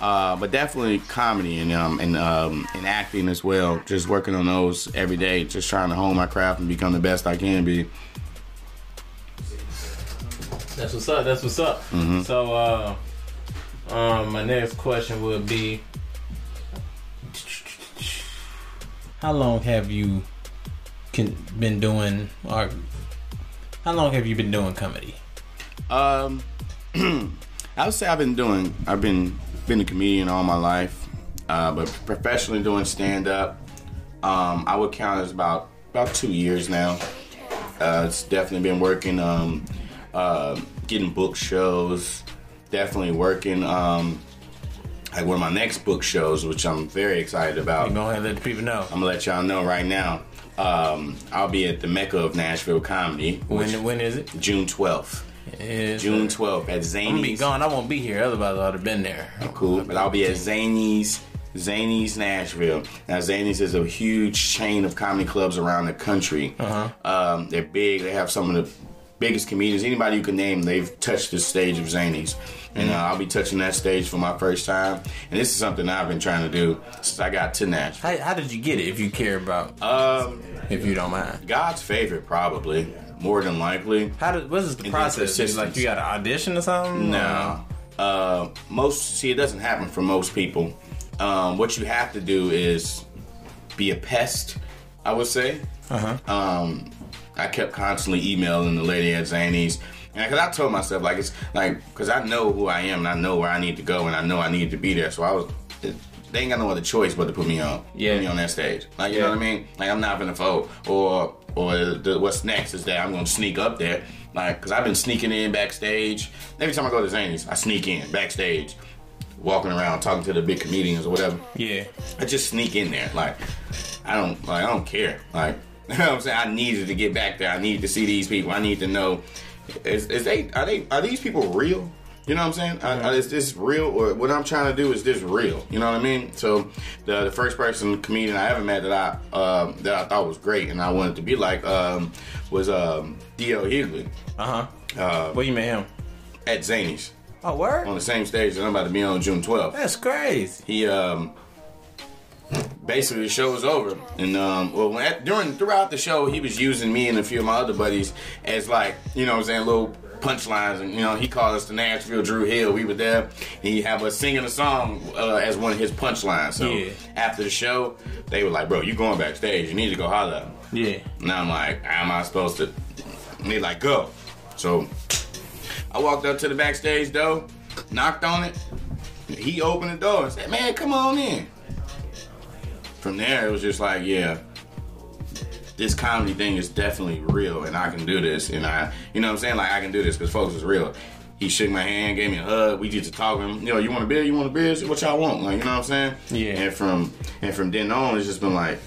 Speaker 2: uh, but definitely comedy and um, and um, and acting as well. Just working on those every day. Just trying to hone my craft and become the best I can be.
Speaker 1: That's what's up. That's what's up. So, uh, um, my next question would be, how long have you can, been doing or how long have you been doing comedy?
Speaker 2: Um, I would say I've been doing. I've been been a comedian all my life, uh, but professionally doing stand up. Um, I would count as about about two years now. Uh, it's definitely been working. Um, uh, getting book shows. Definitely working. Um, like one of my next book shows, which I'm very excited about.
Speaker 1: I'm gonna let the people know
Speaker 2: I'm gonna let y'all know right now. Um, I'll be at the Mecca of Nashville comedy, which
Speaker 1: when when is it?
Speaker 2: June 12th.
Speaker 1: It's-
Speaker 2: June 12th at Zany's.
Speaker 1: I'm gonna be gone. I won't be here. Otherwise, I'd have been there.
Speaker 2: Cool. But I'll be at Zany's, Zany's Nashville. Now, Zany's is a huge chain of comedy clubs around the country. Uh-huh. Um, they're big. They have some of the biggest comedians. Anybody you can name, they've touched the stage of Zany's. And uh, I'll be touching that stage for my first time. And this is something I've been trying to do since I got to Nashville.
Speaker 1: How, how did you get it? If you care about,
Speaker 2: Um,
Speaker 1: if you don't mind.
Speaker 2: God's favorite, probably. More than likely.
Speaker 1: How did? What is the process? Is it Like you got to audition or something?
Speaker 2: No. Uh, most see, it doesn't happen for most people. Um, what you have to do is be a pest, I would say.
Speaker 1: Uh huh.
Speaker 2: Um, I kept constantly emailing the lady at Zany's, and because I told myself like it's like because I know who I am and I know where I need to go and I know I need to be there, so I was. They ain't got no other choice but to put me on,
Speaker 1: Yeah.
Speaker 2: put me on that stage. Like you
Speaker 1: Yeah.
Speaker 2: know what I mean? Like I'm not gonna fold, or or the, what's next is that I'm gonna sneak up there, like because I've been sneaking in backstage. Every time I go to Zany's, I sneak in backstage, walking around talking to the big comedians or whatever.
Speaker 1: Yeah.
Speaker 2: I just sneak in there. Like I don't like I don't care. Like you know what I'm saying I needed to get back there. I needed to see these people. I need to know is, is they are they are these people real? You know what I'm saying? Are- are- is this real or what I'm trying to do is this real? You know what I mean? So the the first person comedian I ever met that I um that I thought was great and I wanted to be like um, was um, D.L. Hughley
Speaker 1: Uh huh. Where you met him?
Speaker 2: at Zany's
Speaker 1: Oh, word.
Speaker 2: on the same stage that I'm about to be on June 12th.
Speaker 1: That's crazy.
Speaker 2: he um basically the show was over and um well when during throughout the show he was using me and a few of my other buddies as like you know what i'm saying little punchlines and you know he called us the nashville drew hill we were there he have us singing a song uh, as one of his punchlines so
Speaker 1: Yeah.
Speaker 2: after the show they were like bro you going backstage you need to go holler at him."
Speaker 1: Yeah.
Speaker 2: And I'm like, how am I supposed to? And they like, go. So I walked up to the backstage door, knocked on it. He opened the door and said, man, come on in. From there, it was just like, yeah, this comedy thing is definitely real and I can do this. And I, you know what I'm saying? Like, I can do this because folks is real. He shook my hand, gave me a hug. We just talking. You know, you want a beer? You want a beer? What y'all want? Like, you know what I'm saying?
Speaker 1: Yeah.
Speaker 2: And from and from then on, it's just been like,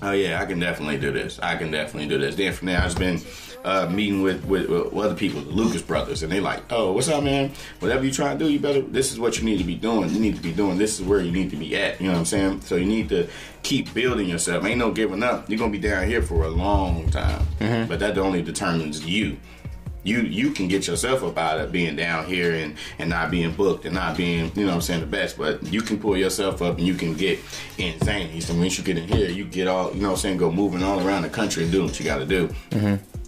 Speaker 2: Oh yeah, I can definitely do this. I can definitely do this. Then from there, I've been uh, meeting with, with with other people, the Lucas brothers, and they like, oh, what's up, man? Whatever you trying to do, you better. This is what you need to be doing. You need to be doing. This is where you need to be at. You know what I'm saying? So you need to keep building yourself. Ain't no giving up. You're gonna be down here for a long time, but that only determines you you you can get yourself up out of being down here and and not being booked and not being you know what I'm saying the best, but you can pull yourself up and you can get insane. So once you get in here, you get all you know what I'm saying go moving all around the country and do what you got to do.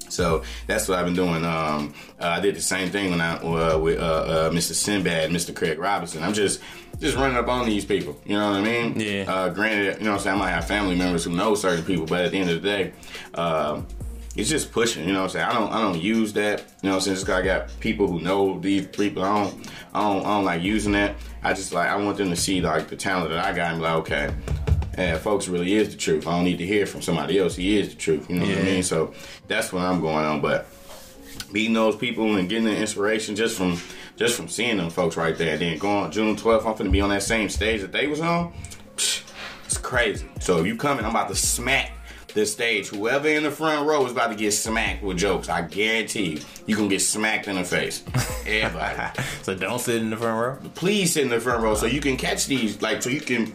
Speaker 2: So that's what I've been doing. Um, uh, I did the same thing when I uh, with uh, uh, Mr. Sinbad, Mr. Craig Robinson. I'm just just running up on these people. You know what I mean?
Speaker 1: Yeah.
Speaker 2: Uh, granted, you know what I'm saying. I might have family members who know certain people, but at the end of the day. um it's just pushing, you know what I'm saying? I don't I don't use that, you know what I'm saying? Just 'cause I got people who know these people. I don't I don't I don't like using that. I just like I want them to see like the talent that I got and be like, okay, and folks really is the truth. I don't need to hear from somebody else. He is the truth. You know what I
Speaker 1: Yeah.
Speaker 2: mean? So that's what I'm going on. But meeting those people and getting the inspiration just from just from seeing them folks right there. Then going June 12th, I'm gonna be on that same stage that they was on. Psh, It's crazy. So if you coming, I'm about to smack the stage. Whoever in the front row is about to get smacked with jokes. I guarantee you, you gonna get smacked in the face. Everybody
Speaker 1: So don't sit in the front row.
Speaker 2: please sit in the front row so you can catch these, like so you can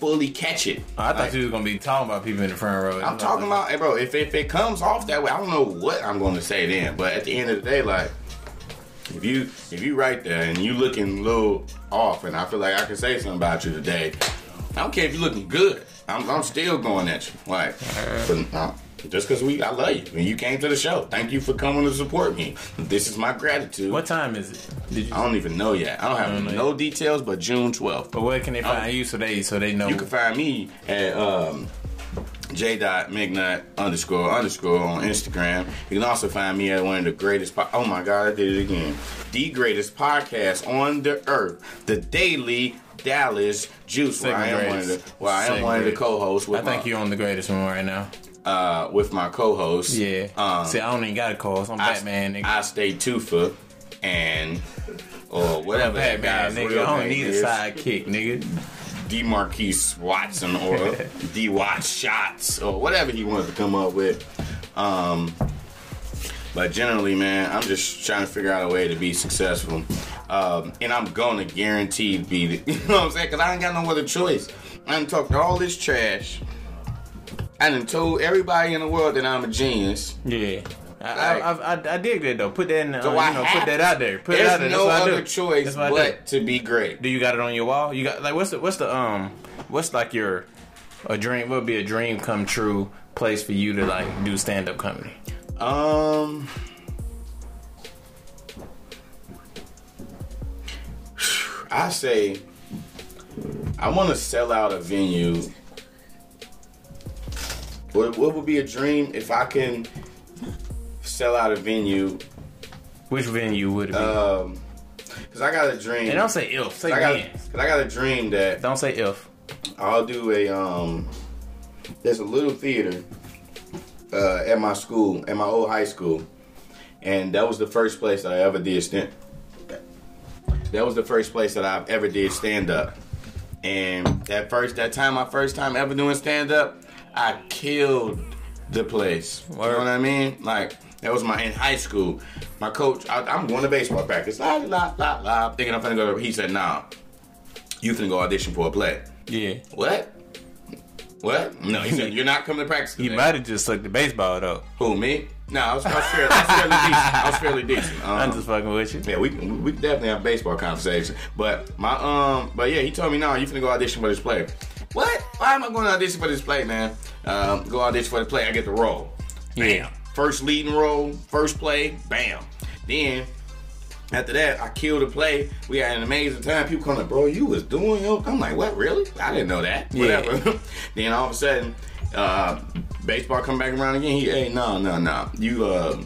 Speaker 2: fully catch it.
Speaker 1: I thought
Speaker 2: Like,
Speaker 1: you was gonna be talking about people in the front row.
Speaker 2: I'm talking about, hey, bro. If if it comes off that way, I don't know what I'm going to say then. But at the end of the day, like if you if you right there and you looking a little off, and I feel like I can say something about you today. I don't care if you looking good. I'm, I'm still going at you. Like, but, uh, just because we, I love you. When you came to the show, thank you for coming to support me. This is my gratitude.
Speaker 1: What time is it? Did you?
Speaker 2: I don't even know yet. I don't have
Speaker 1: don't know
Speaker 2: no details, but June 12th.
Speaker 1: But where can they find you so they so they know?
Speaker 2: You can find me at um, J dot McNutt underscore underscore on Instagram. You can also find me at one of the greatest. Po- oh my God, I did it again. The greatest podcast on the earth, the Daily Dallas Juice. Where I
Speaker 1: Second
Speaker 2: am one of the
Speaker 1: greatest.
Speaker 2: where I am
Speaker 1: Second
Speaker 2: one of the
Speaker 1: greatest.
Speaker 2: co-hosts with
Speaker 1: I think
Speaker 2: my,
Speaker 1: you're on the greatest one right now.
Speaker 2: uh, with my co-host.
Speaker 1: Yeah.
Speaker 2: Um,
Speaker 1: See, I don't even got a call. I'm
Speaker 2: I-
Speaker 1: Batman. Nigga.
Speaker 2: I stay Tufa and or whatever that
Speaker 1: Batman,
Speaker 2: guy's
Speaker 1: nigga.
Speaker 2: real
Speaker 1: I don't
Speaker 2: name
Speaker 1: need a
Speaker 2: is.
Speaker 1: sidekick, nigga.
Speaker 2: D. Marquise Watson or D. Watts Shots or whatever he wanted to come up with. Um, but generally, man, I'm just trying to figure out a way to be successful. Um, and I'm gonna guarantee be the, you know what I'm saying? Cause I ain't got no other choice. I done talked all this trash. I done told everybody in the world that I'm a genius.
Speaker 1: Yeah. I, I, I, I, I dig that though. Put that in.
Speaker 2: So
Speaker 1: uh,
Speaker 2: I
Speaker 1: you know,
Speaker 2: have
Speaker 1: put that out there. Put it
Speaker 2: There's
Speaker 1: out there. That's
Speaker 2: no
Speaker 1: what I do.
Speaker 2: other choice
Speaker 1: That's what I
Speaker 2: but to be great.
Speaker 1: do. Do you got it on your wall? You got like what's the what's the um what's like your a dream? What would be a dream come true place for you to like do stand up comedy?
Speaker 2: Um. I say I want to sell out a venue. What, what would be a dream if I can sell out a venue?
Speaker 1: Which venue would it be?
Speaker 2: Um, cause I got a dream.
Speaker 1: and don't say if. Say
Speaker 2: I got,
Speaker 1: when.
Speaker 2: cause I got a dream that
Speaker 1: Don't say if.
Speaker 2: I'll do a um. There's a little theater uh, at my school, at my old high school, and that was the first place I ever did stand. That was the first place that I ever did stand up, and that first that time, my first time ever doing stand up, I killed the place. You know
Speaker 1: Word.
Speaker 2: what I mean? Like. That was my in high school. My coach, I, I'm going to baseball practice. La la la la. Thinking I'm finna go. to- He said, "Nah, you finna go audition for a play."
Speaker 1: Yeah.
Speaker 2: What? What? No, he said, you're not coming to practice.
Speaker 1: You
Speaker 2: Today.
Speaker 1: might have just sucked the baseball though.
Speaker 2: Who, me? No, I was, I was, fairly, I was fairly decent. I was fairly decent. Um,
Speaker 1: I'm just fucking with you.
Speaker 2: yeah, we can we can definitely have a baseball conversation. But my um, but yeah, he told me no, you finna go audition for this play. What? Why am I going to audition for this play, man? Um, go audition for the play. I get the role.
Speaker 1: Yeah.
Speaker 2: First leading role, first play, bam. Then after that, I killed the play. We had an amazing time. People come like, bro, you was doing your. I'm like, what, really? I didn't know that.
Speaker 1: Yeah.
Speaker 2: Whatever. then all of a sudden, uh, baseball come back around again. He, hey, no, no, no. You, uh,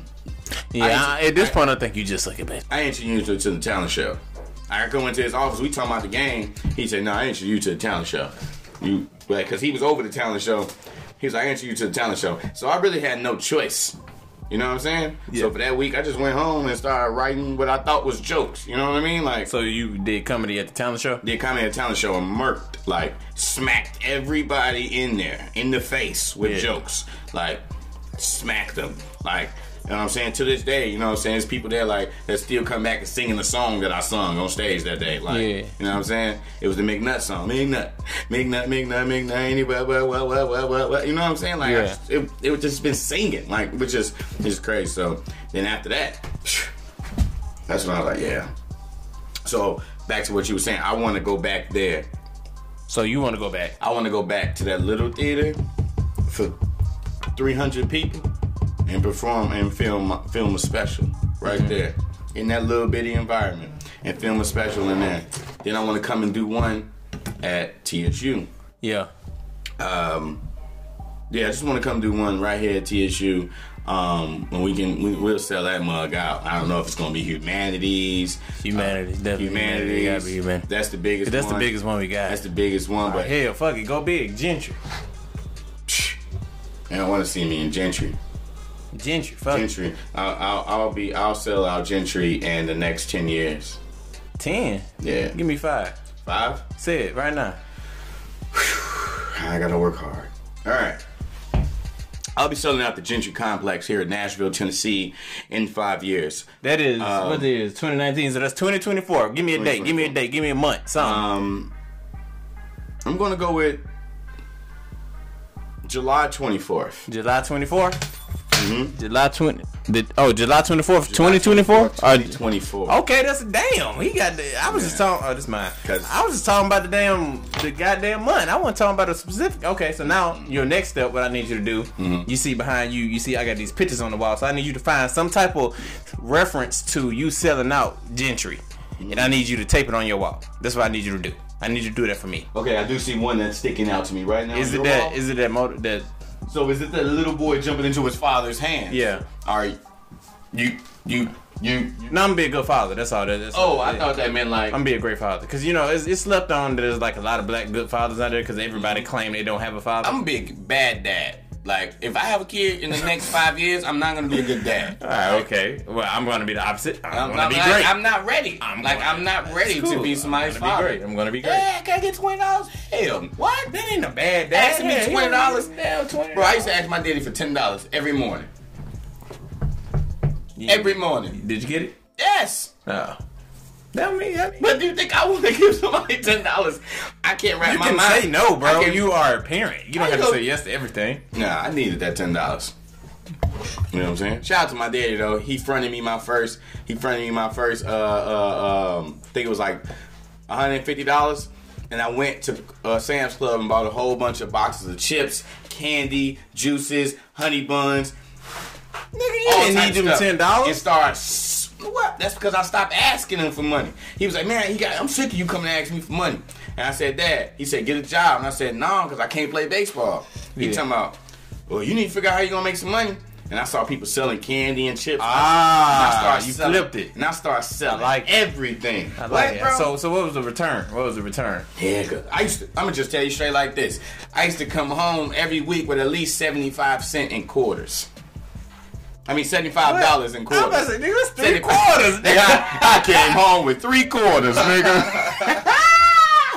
Speaker 1: Yeah.
Speaker 2: I-
Speaker 1: I- at this point, I think you just suck at baseball.
Speaker 2: I introduced you to the talent show. I go into his office. We talking about the game. He said, no, I introduced you to the talent show. You, like, cause he was over the talent show. He was like, I introduced you to the talent show. So I really had no choice. You know what I'm saying?
Speaker 1: Yeah.
Speaker 2: So for that week, I just went home and started writing what I thought was jokes. You know what I mean? Like
Speaker 1: So you did comedy at the talent show?
Speaker 2: the comedy and talent show and murked, like smacked everybody in there in the face with
Speaker 1: Yeah.
Speaker 2: jokes, like smacked them, like. You know what I'm saying? To this day, you know what I'm saying? There's people there like that still come back and singing the song that I sung on stage that day. Like,
Speaker 1: Yeah.
Speaker 2: you know what I'm saying? It was the McNutt song. McNutt, McNutt, McNutt, McNutt, anybody, what, what, what, what, what, what. You know what I'm saying? Like, I
Speaker 1: Yeah.
Speaker 2: just- it, it was just been singing, like, which is just crazy. So then after that, that's when I was like, yeah. So back to what you were saying, I want to go back there.
Speaker 1: So you want to go back?
Speaker 2: I want to go back to that little theater for 300 people and perform and film film a special right
Speaker 1: Mm-hmm.
Speaker 2: there in that little bitty environment and film a special in there. Then I want to come and do one at TSU.
Speaker 1: Yeah.
Speaker 2: Um, Yeah, I just want to come do one right here at TSU. Um, when we can, we, we'll sell that mug out. I don't know if it's gonna be humanities,
Speaker 1: Uh, Humanity. definitely.
Speaker 2: humanities.
Speaker 1: Gotta be human.
Speaker 2: That's the biggest.
Speaker 1: That's the
Speaker 2: one.
Speaker 1: biggest one we got.
Speaker 2: That's the biggest one. But
Speaker 1: Hell, fuck it. Go big. Gentry.
Speaker 2: they don't want to see me in Gentry.
Speaker 1: Gentry. Fuck it.
Speaker 2: Gentry. I'll, I'll, I'll be. I'll sell out Gentry in the next ten years.
Speaker 1: 10.
Speaker 2: Yeah.
Speaker 1: Give me five.
Speaker 2: Five.
Speaker 1: Say it right now.
Speaker 2: I gotta work hard. All right. I'll be selling out the Gentry Complex here in Nashville, Tennessee, in five years.
Speaker 1: That is what it is. 2019. So that's 2024. Give me a date. Give me a
Speaker 2: 2024.
Speaker 1: date. Give me a month. Something.
Speaker 2: Um, I'm gonna go with July 24th.
Speaker 1: July 24th. July 20. The, oh, mm-hmm. July 24th, 2024.
Speaker 2: 2024.
Speaker 1: Or- Okay, that's a damn. He got the. I was just talking. Oh, this mine.
Speaker 2: 'Cause-
Speaker 1: I was just talking about the damn, the goddamn month. I wasn't talking about a specific. Okay, so now your next step. What I need you to do. You see behind you. You see I got these pictures on the wall. So I need you to find some type of reference to you selling out Gentry, and I need you to tape it on your wall. That's what I need you to do. I need you to do that for me.
Speaker 2: Okay, I do see one that's sticking out to me right now.
Speaker 1: Is it
Speaker 2: on your
Speaker 1: that?
Speaker 2: wall.
Speaker 1: Is it that motor? That
Speaker 2: So is it that little boy jumping into his father's hands?
Speaker 1: Yeah.
Speaker 2: All right. You you you. you
Speaker 1: no, I'm gonna be a good father. That's all. That, that's
Speaker 2: oh,
Speaker 1: all.
Speaker 2: I
Speaker 1: Yeah.
Speaker 2: thought that meant like.
Speaker 1: I'm gonna be a great father because you know it's, it's slept on. that There's like a lot of black good fathers out there because everybody claim they don't have a father.
Speaker 2: Mm-hmm. I'm a big bad dad. Like if I have a kid in the next five years, I'm not gonna be a good dad.
Speaker 1: All right, Ah, okay. Well, I'm going to be the opposite. I'm,
Speaker 2: I'm,
Speaker 1: going
Speaker 2: I'm
Speaker 1: to be
Speaker 2: not,
Speaker 1: great.
Speaker 2: I'm not ready.
Speaker 1: I'm
Speaker 2: like
Speaker 1: gonna-
Speaker 2: I'm not ready
Speaker 1: Cool.
Speaker 2: to be somebody's
Speaker 1: I'm gonna
Speaker 2: father.
Speaker 1: Be great. I'm going to be great.
Speaker 2: Yeah, can I get twenty dollars? Hell, what?
Speaker 1: That ain't a bad dad.
Speaker 2: Asking
Speaker 1: Yeah,
Speaker 2: me
Speaker 1: he-
Speaker 2: twenty dollars?
Speaker 1: Yeah, twenty.
Speaker 2: Bro, I used to ask my daddy for ten dollars every morning.
Speaker 1: Yeah.
Speaker 2: Every morning.
Speaker 1: Did you get it?
Speaker 2: Yes.
Speaker 1: No. That mean, I mean
Speaker 2: But do you think I want to give somebody ten dollars? I can't wrap
Speaker 1: you
Speaker 2: my
Speaker 1: can
Speaker 2: mind.
Speaker 1: say no, bro.
Speaker 2: I can-
Speaker 1: you are a parent. You don't
Speaker 2: I
Speaker 1: have to
Speaker 2: go-
Speaker 1: say yes to everything.
Speaker 2: Nah, I needed that ten dollars. You know what I'm saying? Shout out to my daddy though. He fronted me my first. He fronted me my first. Uh, uh, um, I think it was like 150 dollars, and I went to uh, Sam's Club and bought a whole bunch of boxes of chips, candy, juices, honey buns.
Speaker 1: Nigga, you
Speaker 2: all
Speaker 1: didn't
Speaker 2: types
Speaker 1: need
Speaker 2: of
Speaker 1: them
Speaker 2: stuff.
Speaker 1: ten
Speaker 2: And
Speaker 1: dollars.
Speaker 2: started. "Shh, What? That's because I stopped asking him for money. He was like, "Man, he got. I'm sick of you coming to ask me for money." And I said, "Dad." He said, "Get a job." And I said, "No, because I can't play baseball." He
Speaker 1: Yeah.
Speaker 2: talking about, "Well, you need to figure out how you gonna make some money." And I saw people selling candy and chips. And I
Speaker 1: Ah,
Speaker 2: started
Speaker 1: you
Speaker 2: selling-
Speaker 1: flipped it.
Speaker 2: And I started selling
Speaker 1: I like it.
Speaker 2: everything.
Speaker 1: I
Speaker 2: What,
Speaker 1: like
Speaker 2: bro?
Speaker 1: it. So, so what was the return? What was the return?
Speaker 2: Yeah, 'cause I used to. I'm gonna just tell you straight like this. I used to come home every week with at least 75 cent in quarters. I mean, 75 dollars in quarters.
Speaker 1: I was about to say, nigga, that's three
Speaker 2: Said it-
Speaker 1: quarters.
Speaker 2: Nigga, I, I came home with three quarters, nigga.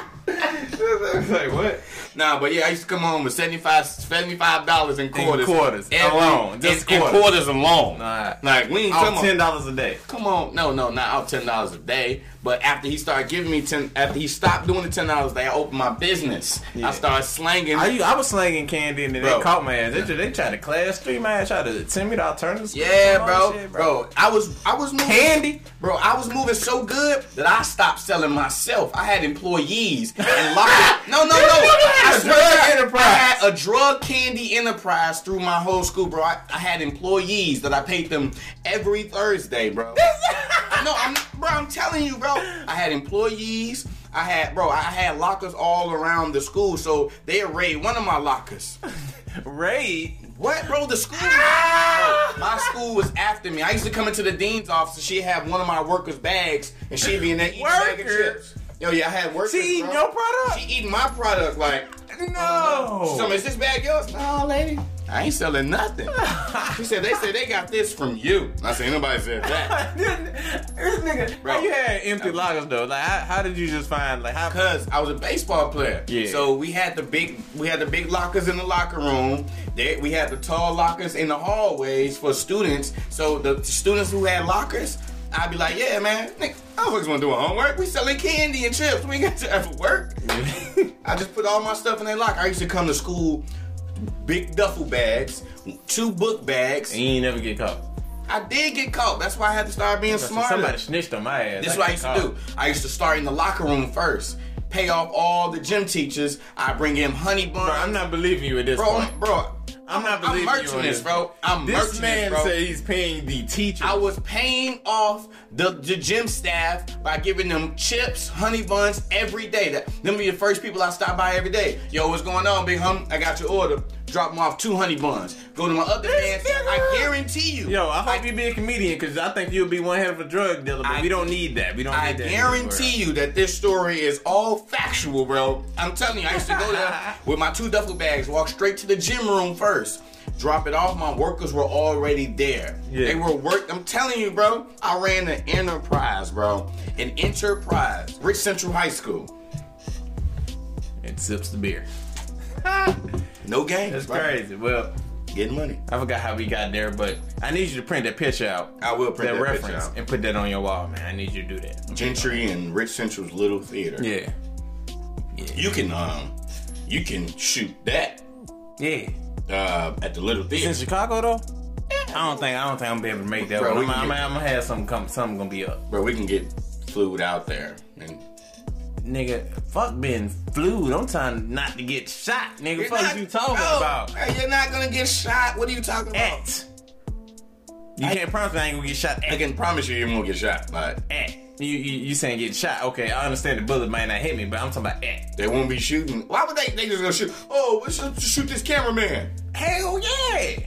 Speaker 1: like what?
Speaker 2: nah, but yeah, I used to come home with 75 dollars in quarters.
Speaker 1: quarters alone, just
Speaker 2: in, in
Speaker 1: quarters.
Speaker 2: quarters alone.
Speaker 1: Alright.
Speaker 2: Like we ain't
Speaker 1: Oh,
Speaker 2: come
Speaker 1: ten
Speaker 2: on.
Speaker 1: dollars a day.
Speaker 2: Come on, no, no, not out ten dollars a day. But after he started giving me ten, after he stopped doing the ten dollars a day, I opened my business.
Speaker 1: Yeah.
Speaker 2: I started slanging.
Speaker 1: I, I was slanging candy and then
Speaker 2: Bro.
Speaker 1: they caught my ass. They, they tried to class three my ass, tried to send me to alternative school.
Speaker 2: yeah,
Speaker 1: and all
Speaker 2: bro,
Speaker 1: that shit,
Speaker 2: bro, I was, I was moving,
Speaker 1: Candy?
Speaker 2: bro. I was moving so good that I stopped selling myself. I had employees and locked. no, no, no. I
Speaker 1: a
Speaker 2: swear
Speaker 1: drug
Speaker 2: to God,
Speaker 1: enterprise.
Speaker 2: I had a drug candy enterprise through my whole school, bro. I, I had employees that I paid them every Thursday, bro. no, I'm bro. I'm telling you, bro. I had employees. I had, bro. I had lockers all around the school, so they raided one of my lockers.
Speaker 1: Raid.
Speaker 2: What, bro? The school?
Speaker 1: Ah!
Speaker 2: Bro, my school was after me. I used to come into the dean's office and she'd have one of my workers' bags and she'd be in there eating bag of
Speaker 1: Workers?
Speaker 2: chips. Yo, yeah, I had workers.
Speaker 1: She eating
Speaker 2: bro.
Speaker 1: your product?
Speaker 2: She eating my product. Like,
Speaker 1: No.
Speaker 2: some is this bag yours? No, lady. I I ain't selling nothing. She said, they said they got this from you. I said, nobody said that.
Speaker 1: this nigga,
Speaker 2: Bro.
Speaker 1: how you had empty lockers though? Like, how, how did you just find like how?
Speaker 2: Cause I was a baseball player.
Speaker 1: Yeah.
Speaker 2: So we had the big we had the big lockers in the locker room. There we had the tall lockers in the hallways for students. So the students who had lockers, I'd be like, yeah, man, nigga, I was gonna do homework. We selling candy and chips. We ain't got to ever work. I just put all my stuff in that locker. I used to come to school, big duffel bags, two book bags.
Speaker 1: And you ain't never get caught.
Speaker 2: I did get caught. That's why I had to start being smart.
Speaker 1: Somebody snitched on my ass.
Speaker 2: This is what I used
Speaker 1: got
Speaker 2: to do.
Speaker 1: caught.
Speaker 2: I used to start in the locker room first, pay off all the gym teachers. I bring in honey buns.
Speaker 1: Bro, I'm not believing you at this
Speaker 2: bro,
Speaker 1: point.
Speaker 2: bro.
Speaker 1: I'm not
Speaker 2: I'm
Speaker 1: believing you
Speaker 2: merching
Speaker 1: on
Speaker 2: this,
Speaker 1: this,
Speaker 2: bro. I'm
Speaker 1: this
Speaker 2: merching
Speaker 1: man
Speaker 2: this, bro.
Speaker 1: said he's paying the teacher.
Speaker 2: I was paying off the, the gym staff by giving them chips, honey buns every day. That them were the first people I stopped by every day. Yo, what's going on, big hum? I got your order. Drop them off two honey buns. Go to my other man. I
Speaker 1: nigga-
Speaker 2: guarantee you.
Speaker 1: Yo, I hope you be a comedian because I think you'll be one hell of a drug dealer. But
Speaker 2: I-
Speaker 1: we don't need that. We don't.
Speaker 2: I
Speaker 1: need that in this world.
Speaker 2: guarantee you that this story is all factual, bro. I'm telling you, I used to go there with my two duffel bags, walk straight to the gym room first, drop it off. My workers were already there.
Speaker 1: Yeah.
Speaker 2: They were work. I'm telling you, bro. I ran an enterprise, bro. An enterprise. Rich Central High School.
Speaker 1: It sips the beer.
Speaker 2: No games,
Speaker 1: That's
Speaker 2: bro.
Speaker 1: crazy. Well,
Speaker 2: Getting money.
Speaker 1: I forgot how we got there, but I need you to print that picture out.
Speaker 2: I will print that picture
Speaker 1: reference
Speaker 2: out.
Speaker 1: and put that on your wall, man. I need you to do that.
Speaker 2: Gentry and Rich Central's little theater.
Speaker 1: Yeah.
Speaker 2: You can um, you can shoot that
Speaker 1: Yeah.
Speaker 2: uh at the little theater.
Speaker 1: In Chicago though, I don't think I don't think I'm gonna be able to make that.
Speaker 2: Bro,
Speaker 1: one.
Speaker 2: we
Speaker 1: I'm,
Speaker 2: can
Speaker 1: I'm,
Speaker 2: get-
Speaker 1: I'm gonna have some come. Something gonna be up,
Speaker 2: Bro, we can get flued out there and
Speaker 1: nigga. Fuck being flued. I'm trying not to get shot, nigga.
Speaker 2: You're
Speaker 1: fuck
Speaker 2: not-
Speaker 1: you talking
Speaker 2: No,
Speaker 1: about?
Speaker 2: hey, You're not gonna get shot. What are you talking about?
Speaker 1: At. You can't promise me I ain't gonna get shot. At.
Speaker 2: I can promise you, you won't get shot. But
Speaker 1: at. You, you you saying get shot? Okay, I understand the bullet might not hit me, but I'm talking about at.
Speaker 2: they won't be shooting. Why would they? They just gonna shoot? Oh, we should shoot this cameraman.
Speaker 1: Hell yeah,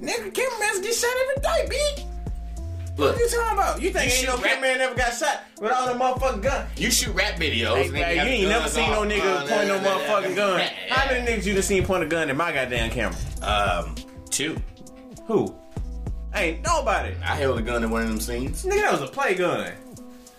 Speaker 1: nigga, cameramans get shot every day, bitch.
Speaker 2: Look,
Speaker 1: What you talking about? You think
Speaker 2: You
Speaker 1: ain't no
Speaker 2: shoot rap-
Speaker 1: cameraman ever got shot with all the motherfucking gun?
Speaker 2: you shoot rap videos.
Speaker 1: Hey,
Speaker 2: and
Speaker 1: bro,
Speaker 2: they
Speaker 1: you
Speaker 2: got
Speaker 1: ain't never
Speaker 2: guns Oh,
Speaker 1: seen no
Speaker 2: off.
Speaker 1: nigga point no motherfucking gun. How many niggas you done seen point a gun at my goddamn camera?
Speaker 2: Um, two.
Speaker 1: Who? Ain't nobody.
Speaker 2: I held a gun in one of them scenes.
Speaker 1: Nigga, that was a play gun.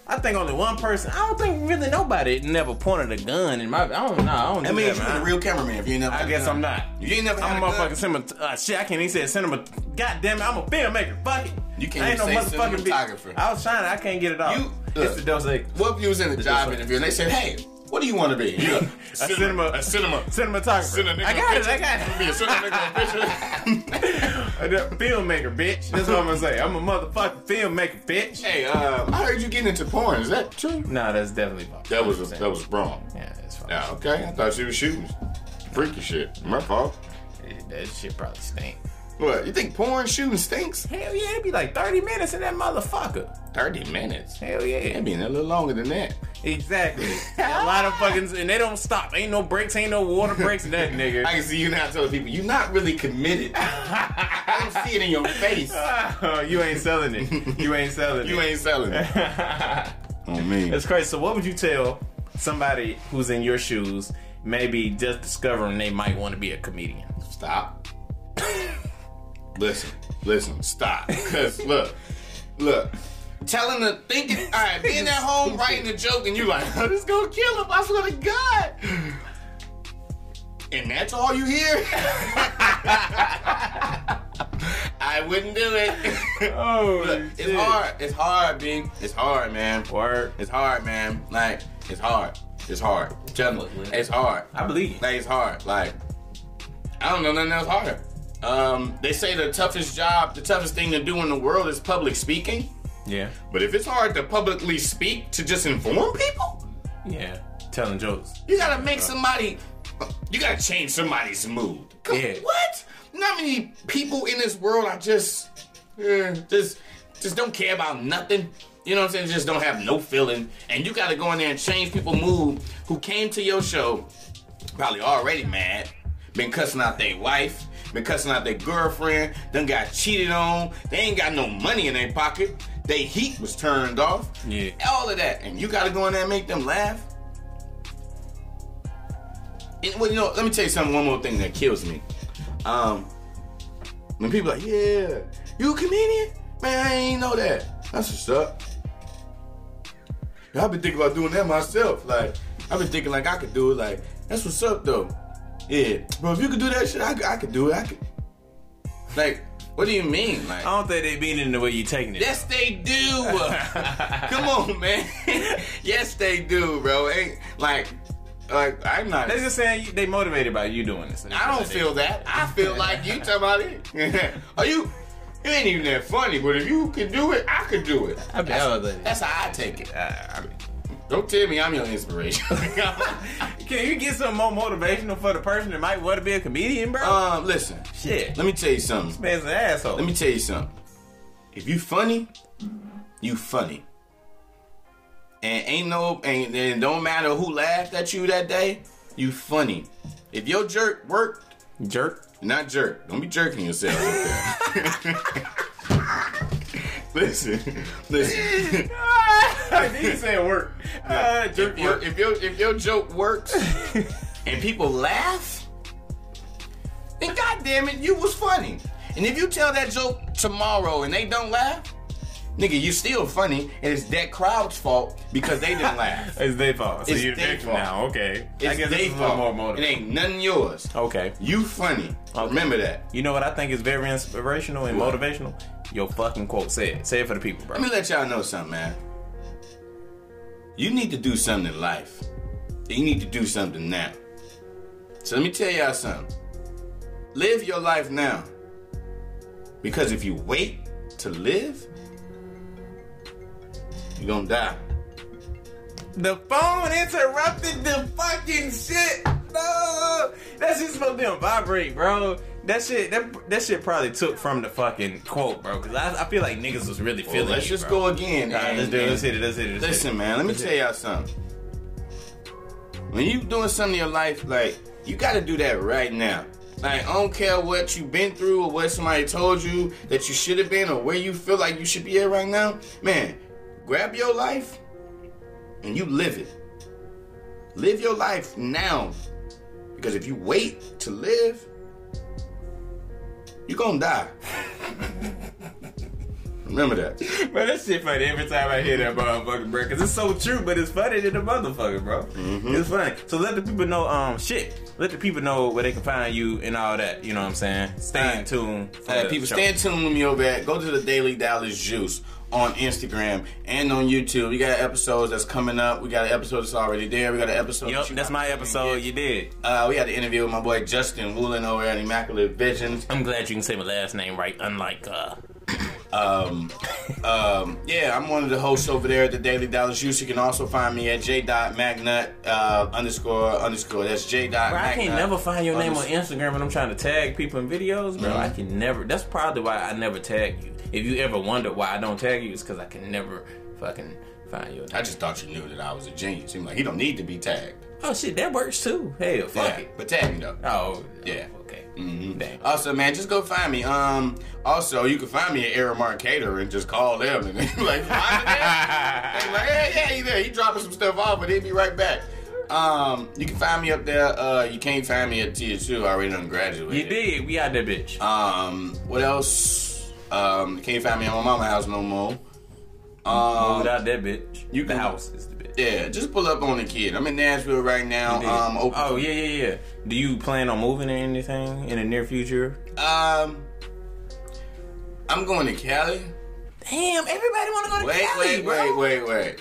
Speaker 1: I think only one person. I don't think really nobody never pointed a gun in my. I don't know. I don't.
Speaker 2: That
Speaker 1: do
Speaker 2: means you're
Speaker 1: man.
Speaker 2: the real cameraman. If you ain't never,
Speaker 1: I
Speaker 2: had a
Speaker 1: guess
Speaker 2: gun.
Speaker 1: I'm not.
Speaker 2: You ain't never.
Speaker 1: I'm
Speaker 2: had
Speaker 1: a
Speaker 2: gun.
Speaker 1: motherfucking cinema. Uh, shit, I can't even say a cinema. God damn it, I'm a filmmaker. Fuck it.
Speaker 2: You can't
Speaker 1: I ain't
Speaker 2: even
Speaker 1: no
Speaker 2: say
Speaker 1: motherfucking
Speaker 2: cinematographer.
Speaker 1: bitch. I was trying. I can't get it off.
Speaker 2: You-
Speaker 1: it's the Dos Equis.
Speaker 2: What if you was in a job
Speaker 1: one.
Speaker 2: interview and they said, "Hey, what do you want to be?" You go,
Speaker 1: A cinema.
Speaker 2: A cinema.
Speaker 1: Cinematographer.
Speaker 2: Cinema nigga
Speaker 1: I got
Speaker 2: in
Speaker 1: it.
Speaker 2: the
Speaker 1: I got
Speaker 2: Be a
Speaker 1: it.
Speaker 2: cinema nigga in the picture.
Speaker 1: A filmmaker, bitch. That's what I'm gonna say. I'm a motherfucking filmmaker, bitch.
Speaker 2: Hey, uh, I heard you getting into porn. Is that true?
Speaker 1: Nah, that's definitely false.
Speaker 2: That was that was wrong.
Speaker 1: Yeah, that's false.
Speaker 2: Yeah, okay. I thought she was shooting. Freaky shit. My fault.
Speaker 1: Yeah, That shit probably stink.
Speaker 2: What? You think porn shooting stinks?
Speaker 1: Hell yeah, it'd be like 30 minutes in that motherfucker.
Speaker 2: Thirty minutes.
Speaker 1: Hell yeah.
Speaker 2: I mean, a little longer than that.
Speaker 1: Exactly. a lot of fucking, and they don't stop. Ain't no breaks, ain't no water breaks, nothing, nigga.
Speaker 2: I can see you now telling people you're not really committed. I can see it in your face.
Speaker 1: Oh, you ain't selling it. You ain't selling
Speaker 2: You
Speaker 1: it.
Speaker 2: ain't selling it. On me.
Speaker 1: That's crazy. So, what would you tell somebody who's in your shoes, maybe just discovering they might want to be a comedian?
Speaker 2: Stop. listen, listen, stop. Cause look, look. Telling the thinking, all right, being at home writing a joke, and you like, oh, this gonna kill him. I swear to God. And that's all you hear. I wouldn't do it.
Speaker 1: Oh,
Speaker 2: Look, it's hard. It's hard, being. It's hard, man.
Speaker 1: Word.
Speaker 2: It's hard, man. Like, it's hard. It's hard. Tell me, it's hard.
Speaker 1: I believe.
Speaker 2: Like it's hard. Like I don't know nothing else harder. Um, they say the toughest job, the toughest thing to do in the world is public speaking.
Speaker 1: yeah.
Speaker 2: But if it's hard to publicly speak to just inform people,
Speaker 1: Yeah. Telling jokes.
Speaker 2: you gotta make somebody, you gotta change somebody's mood. Come-
Speaker 1: Yeah.
Speaker 2: What? Not many people in this world are just, eh, just, just don't care about nothing. You know what I'm saying? Just don't have no feeling. And you gotta go in there and change people's mood who came to your show probably already mad, been cussing out their wife, been cussing out their girlfriend, done got cheated on, they ain't got no money in their pocket, they heat was turned off,
Speaker 1: Yeah.
Speaker 2: all of that, and you gotta go in there and make them laugh. And, well, you know, let me tell you something. One more thing that kills me. Um, When people like, yeah, you a comedian? Man, I ain't know that. That's what's up. I've been thinking about doing that myself. Like, I've been thinking like I could do it. Like, that's what's up though. Yeah, bro. If you could do that shit, I, could- I could do it. I could. Like, what do you mean? Like,
Speaker 1: I don't think they mean it in the way you taking it.
Speaker 2: Yes, they do. Come on, man. yes, they do, bro. Ain't like, like I'm not.
Speaker 1: They're just saying you- they motivated by you doing this.
Speaker 2: I don't feel that. I feel like you talking about it. Are you? You ain't even that funny, but if you could do it, I could do it.
Speaker 1: I mean, I don't think-
Speaker 2: That's how I take it.
Speaker 1: Uh, I mean,
Speaker 2: Don't tell me I'm your inspiration.
Speaker 1: Can you get some more motivational for the person that might want to be a comedian, bro?
Speaker 2: um, listen.
Speaker 1: Shit,
Speaker 2: Let me tell you something.
Speaker 1: man's an asshole.
Speaker 2: Let me tell you something. If you funny, you funny. And ain't no and, and don't matter who laughed at you that day, you funny. If your jerk worked,
Speaker 1: jerk.
Speaker 2: not jerk. Don't be jerking yourself out there. listen,
Speaker 1: you
Speaker 2: listen.
Speaker 1: Ah, said work. Uh, jerk
Speaker 2: If your,
Speaker 1: work.
Speaker 2: if your if your joke works and people laugh, then god damn it, you was funny. And if you tell that joke tomorrow and they don't laugh, nigga, you still funny, and it's that crowd's fault because they didn't laugh.
Speaker 1: It's their fault. So
Speaker 2: It's
Speaker 1: you're
Speaker 2: their
Speaker 1: victim
Speaker 2: fault.
Speaker 1: now. Okay.
Speaker 2: It's
Speaker 1: I guess
Speaker 2: their
Speaker 1: this is a little
Speaker 2: fault.
Speaker 1: more
Speaker 2: it
Speaker 1: motivating. Oh.
Speaker 2: ain't nothing yours.
Speaker 1: Okay.
Speaker 2: You funny. Remember that.
Speaker 1: You know what I think is very inspirational and motivational? Your fucking quote. Say it. Say it for the people, bro.
Speaker 2: Let me let y'all know something, man. You need to do something in life. You need to do something now. So let me tell y'all something. Live your life now. Because if you wait to live, you're gonna die.
Speaker 1: The phone interrupted the fucking shit. No, that shit's supposed to vibrate, bro. That shit, that that shit probably took from the fucking quote, bro. Cause I, I feel like niggas was really
Speaker 2: Well,
Speaker 1: feeling.
Speaker 2: let's
Speaker 1: you,
Speaker 2: just
Speaker 1: bro.
Speaker 2: go again.
Speaker 1: All right,
Speaker 2: and-
Speaker 1: let's do it.
Speaker 2: and-
Speaker 1: Let's hit it. Let's hit it. let's hit
Speaker 2: Listen,
Speaker 1: it.
Speaker 2: man, let me
Speaker 1: Let's
Speaker 2: tell
Speaker 1: hit it.
Speaker 2: y'all something. When you doing something in your life, like you gotta do that right now. Like I don't care what you've been through or what somebody told you that you should have been or where you feel like you should be at right now, man. Grab your life and you live it. Live your life now, because if you wait to live, you're gonna die. Remember that.
Speaker 1: Bro, that shit funny every time I hear that motherfucker, bro. Cause it's so true, but it's funny than the motherfucker, bro.
Speaker 2: Mm-hmm.
Speaker 1: It's funny. So let the people know, um, shit. Let the people know where they can find you and all that. You know what I'm saying? Stay
Speaker 2: All right.
Speaker 1: in tune. for
Speaker 2: Hey,
Speaker 1: the
Speaker 2: Uh, people,
Speaker 1: show.
Speaker 2: stay tuned with me over at go to the Daily Dallas Juice on Instagram and on YouTube. We got episodes that's coming up. We got an episode that's already there. We got an episode.
Speaker 1: Yup,
Speaker 2: that you
Speaker 1: that's
Speaker 2: got-
Speaker 1: my episode. You did.
Speaker 2: Uh, we had an interview with my boy Justin Woolen over at Immaculate Visions.
Speaker 1: I'm glad you can say my last name right, unlike uh
Speaker 2: Um, um, yeah, I'm one of the hosts over there at the Daily Dallas Juice. You can also find me at j.magnut uh, underscore underscore. That's j. dot
Speaker 1: Bro, I can
Speaker 2: Magnut
Speaker 1: never find your name on
Speaker 2: underscore-
Speaker 1: Instagram and I'm trying to tag people in videos, bro.
Speaker 2: Mhm.
Speaker 1: I can never that's probably why I never tag you. If you ever wonder why I don't tag you, it's cause I can never fucking find your
Speaker 2: I
Speaker 1: name.
Speaker 2: just thought you knew that I was a genius. Seemed like he don't need to be tagged.
Speaker 1: Oh shit, that works too. Hell fuck
Speaker 2: Yeah,
Speaker 1: it.
Speaker 2: but tag me though.
Speaker 1: Oh
Speaker 2: Yeah.
Speaker 1: oh, Okay. Damn.
Speaker 2: Also, man, just go find me. Um, also, you can find me at Aramark Catering. and just call them and they like, find me there. They like, yeah, yeah, he there. He dropping some stuff off, but he'll be right back. Um, you can find me up there. Uh, you can't find me at TSU. I already done graduated.
Speaker 1: You did. We out that bitch.
Speaker 2: Um, what else? Um, can't find me at my mama house no more.
Speaker 1: we out that bitch.
Speaker 2: you
Speaker 1: the
Speaker 2: can-
Speaker 1: house is the bitch.
Speaker 2: Yeah, just pull up on the kid. I'm in Nashville right now. Um, open.
Speaker 1: oh yeah, yeah, yeah. Do you plan on moving or anything in the near future?
Speaker 2: Um, I'm going to Cali.
Speaker 1: Damn, everybody wanna go to
Speaker 2: Wait,
Speaker 1: Cali,
Speaker 2: wait,
Speaker 1: bro.
Speaker 2: wait, wait, wait.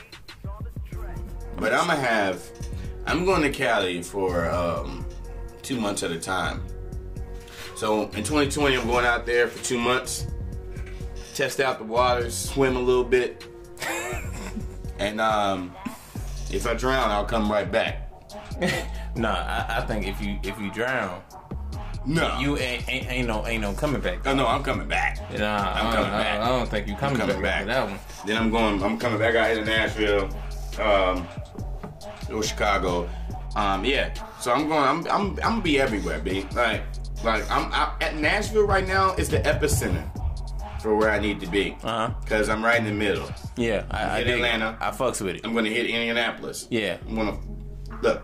Speaker 2: But I'm gonna have. I'm going to Cali for um, two months at a time. So in 2020, I'm going out there for two months, test out the waters, swim a little bit, and um, if I drown, I'll come right back.
Speaker 1: Nah, I, I think if you if you drown,
Speaker 2: No,
Speaker 1: you ain't, ain't ain't no ain't no coming back.
Speaker 2: Oh, no, I'm coming back.
Speaker 1: Nah, I
Speaker 2: I'm
Speaker 1: don't-
Speaker 2: coming
Speaker 1: I,
Speaker 2: back.
Speaker 1: I don't think you coming,
Speaker 2: coming
Speaker 1: back.
Speaker 2: back.
Speaker 1: after That one.
Speaker 2: Then I'm going. I'm coming back out here to Nashville, um, or Chicago. Um, yeah. So I'm going. I'm. I'm. I'm gonna be everywhere, b. Like, like I'm I, at Nashville right now. Is the epicenter for where I need to be.
Speaker 1: Uh-huh.
Speaker 2: Cause I'm right in the middle.
Speaker 1: Yeah, I, I
Speaker 2: Hit
Speaker 1: dig it.
Speaker 2: Atlanta.
Speaker 1: I fucks with it.
Speaker 2: I'm gonna hit Indianapolis.
Speaker 1: Yeah.
Speaker 2: I'm gonna look.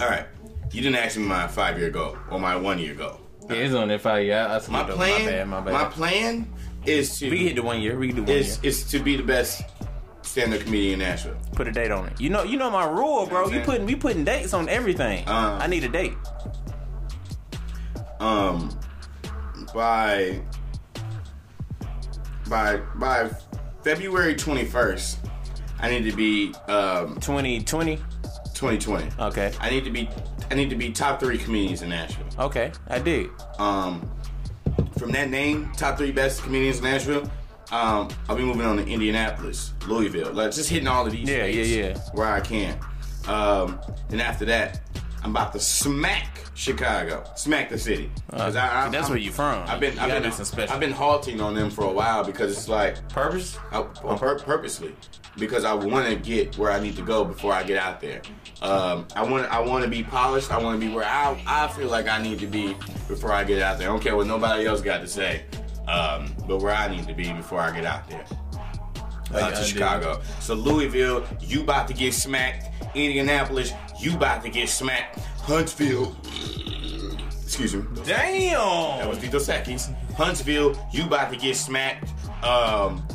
Speaker 2: All right. You didn't ask me my five year goal or my one year goal.
Speaker 1: Yeah, it's on that five year. I, I skipped
Speaker 2: My
Speaker 1: over.
Speaker 2: plan,
Speaker 1: My bad. My bad.
Speaker 2: plan is to
Speaker 1: we can hit the one year. We can do one
Speaker 2: is,
Speaker 1: year.
Speaker 2: is to be the best stand-up comedian in Nashville.
Speaker 1: Put a date on it. You know, you know my rule, bro. You
Speaker 2: saying?
Speaker 1: putting we putting dates on everything.
Speaker 2: Uh.
Speaker 1: I need a date.
Speaker 2: Um, by by by February 21st, I need to be um
Speaker 1: 2020.
Speaker 2: 2020.
Speaker 1: Okay.
Speaker 2: I need to be I need to be top three comedians in Nashville.
Speaker 1: Okay. I did.
Speaker 2: Um, from that name, top three best comedians in Nashville. Um, I'll be moving on to Indianapolis, Louisville, like just hitting all of these.
Speaker 1: Yeah,
Speaker 2: states
Speaker 1: yeah, yeah.
Speaker 2: Where I can. Um, then after that, I'm about to smack Chicago, smack the city. 'Cause I- I-
Speaker 1: Uh, that's
Speaker 2: I'm-
Speaker 1: where you from.
Speaker 2: I've been,
Speaker 1: You
Speaker 2: I've
Speaker 1: gotta
Speaker 2: been,
Speaker 1: do some special.
Speaker 2: I've been halting on them for a while because it's like
Speaker 1: Purpose.
Speaker 2: I, on pur- purposely because I want to get where I need to go before I get out there. Um, I want I want to be polished. I want to be where I, I feel like I need to be before I get out there. I don't care what nobody else got to say, um, but where I need to be before I get out there.
Speaker 1: Like
Speaker 2: Out
Speaker 1: I
Speaker 2: to
Speaker 1: did.
Speaker 2: Chicago. So Louisville, you about to get smacked. Indianapolis, you about to get smacked. Huntsville, excuse me. That
Speaker 1: Damn.
Speaker 2: was Vito Sackey's. Huntsville, you about to get smacked. Um,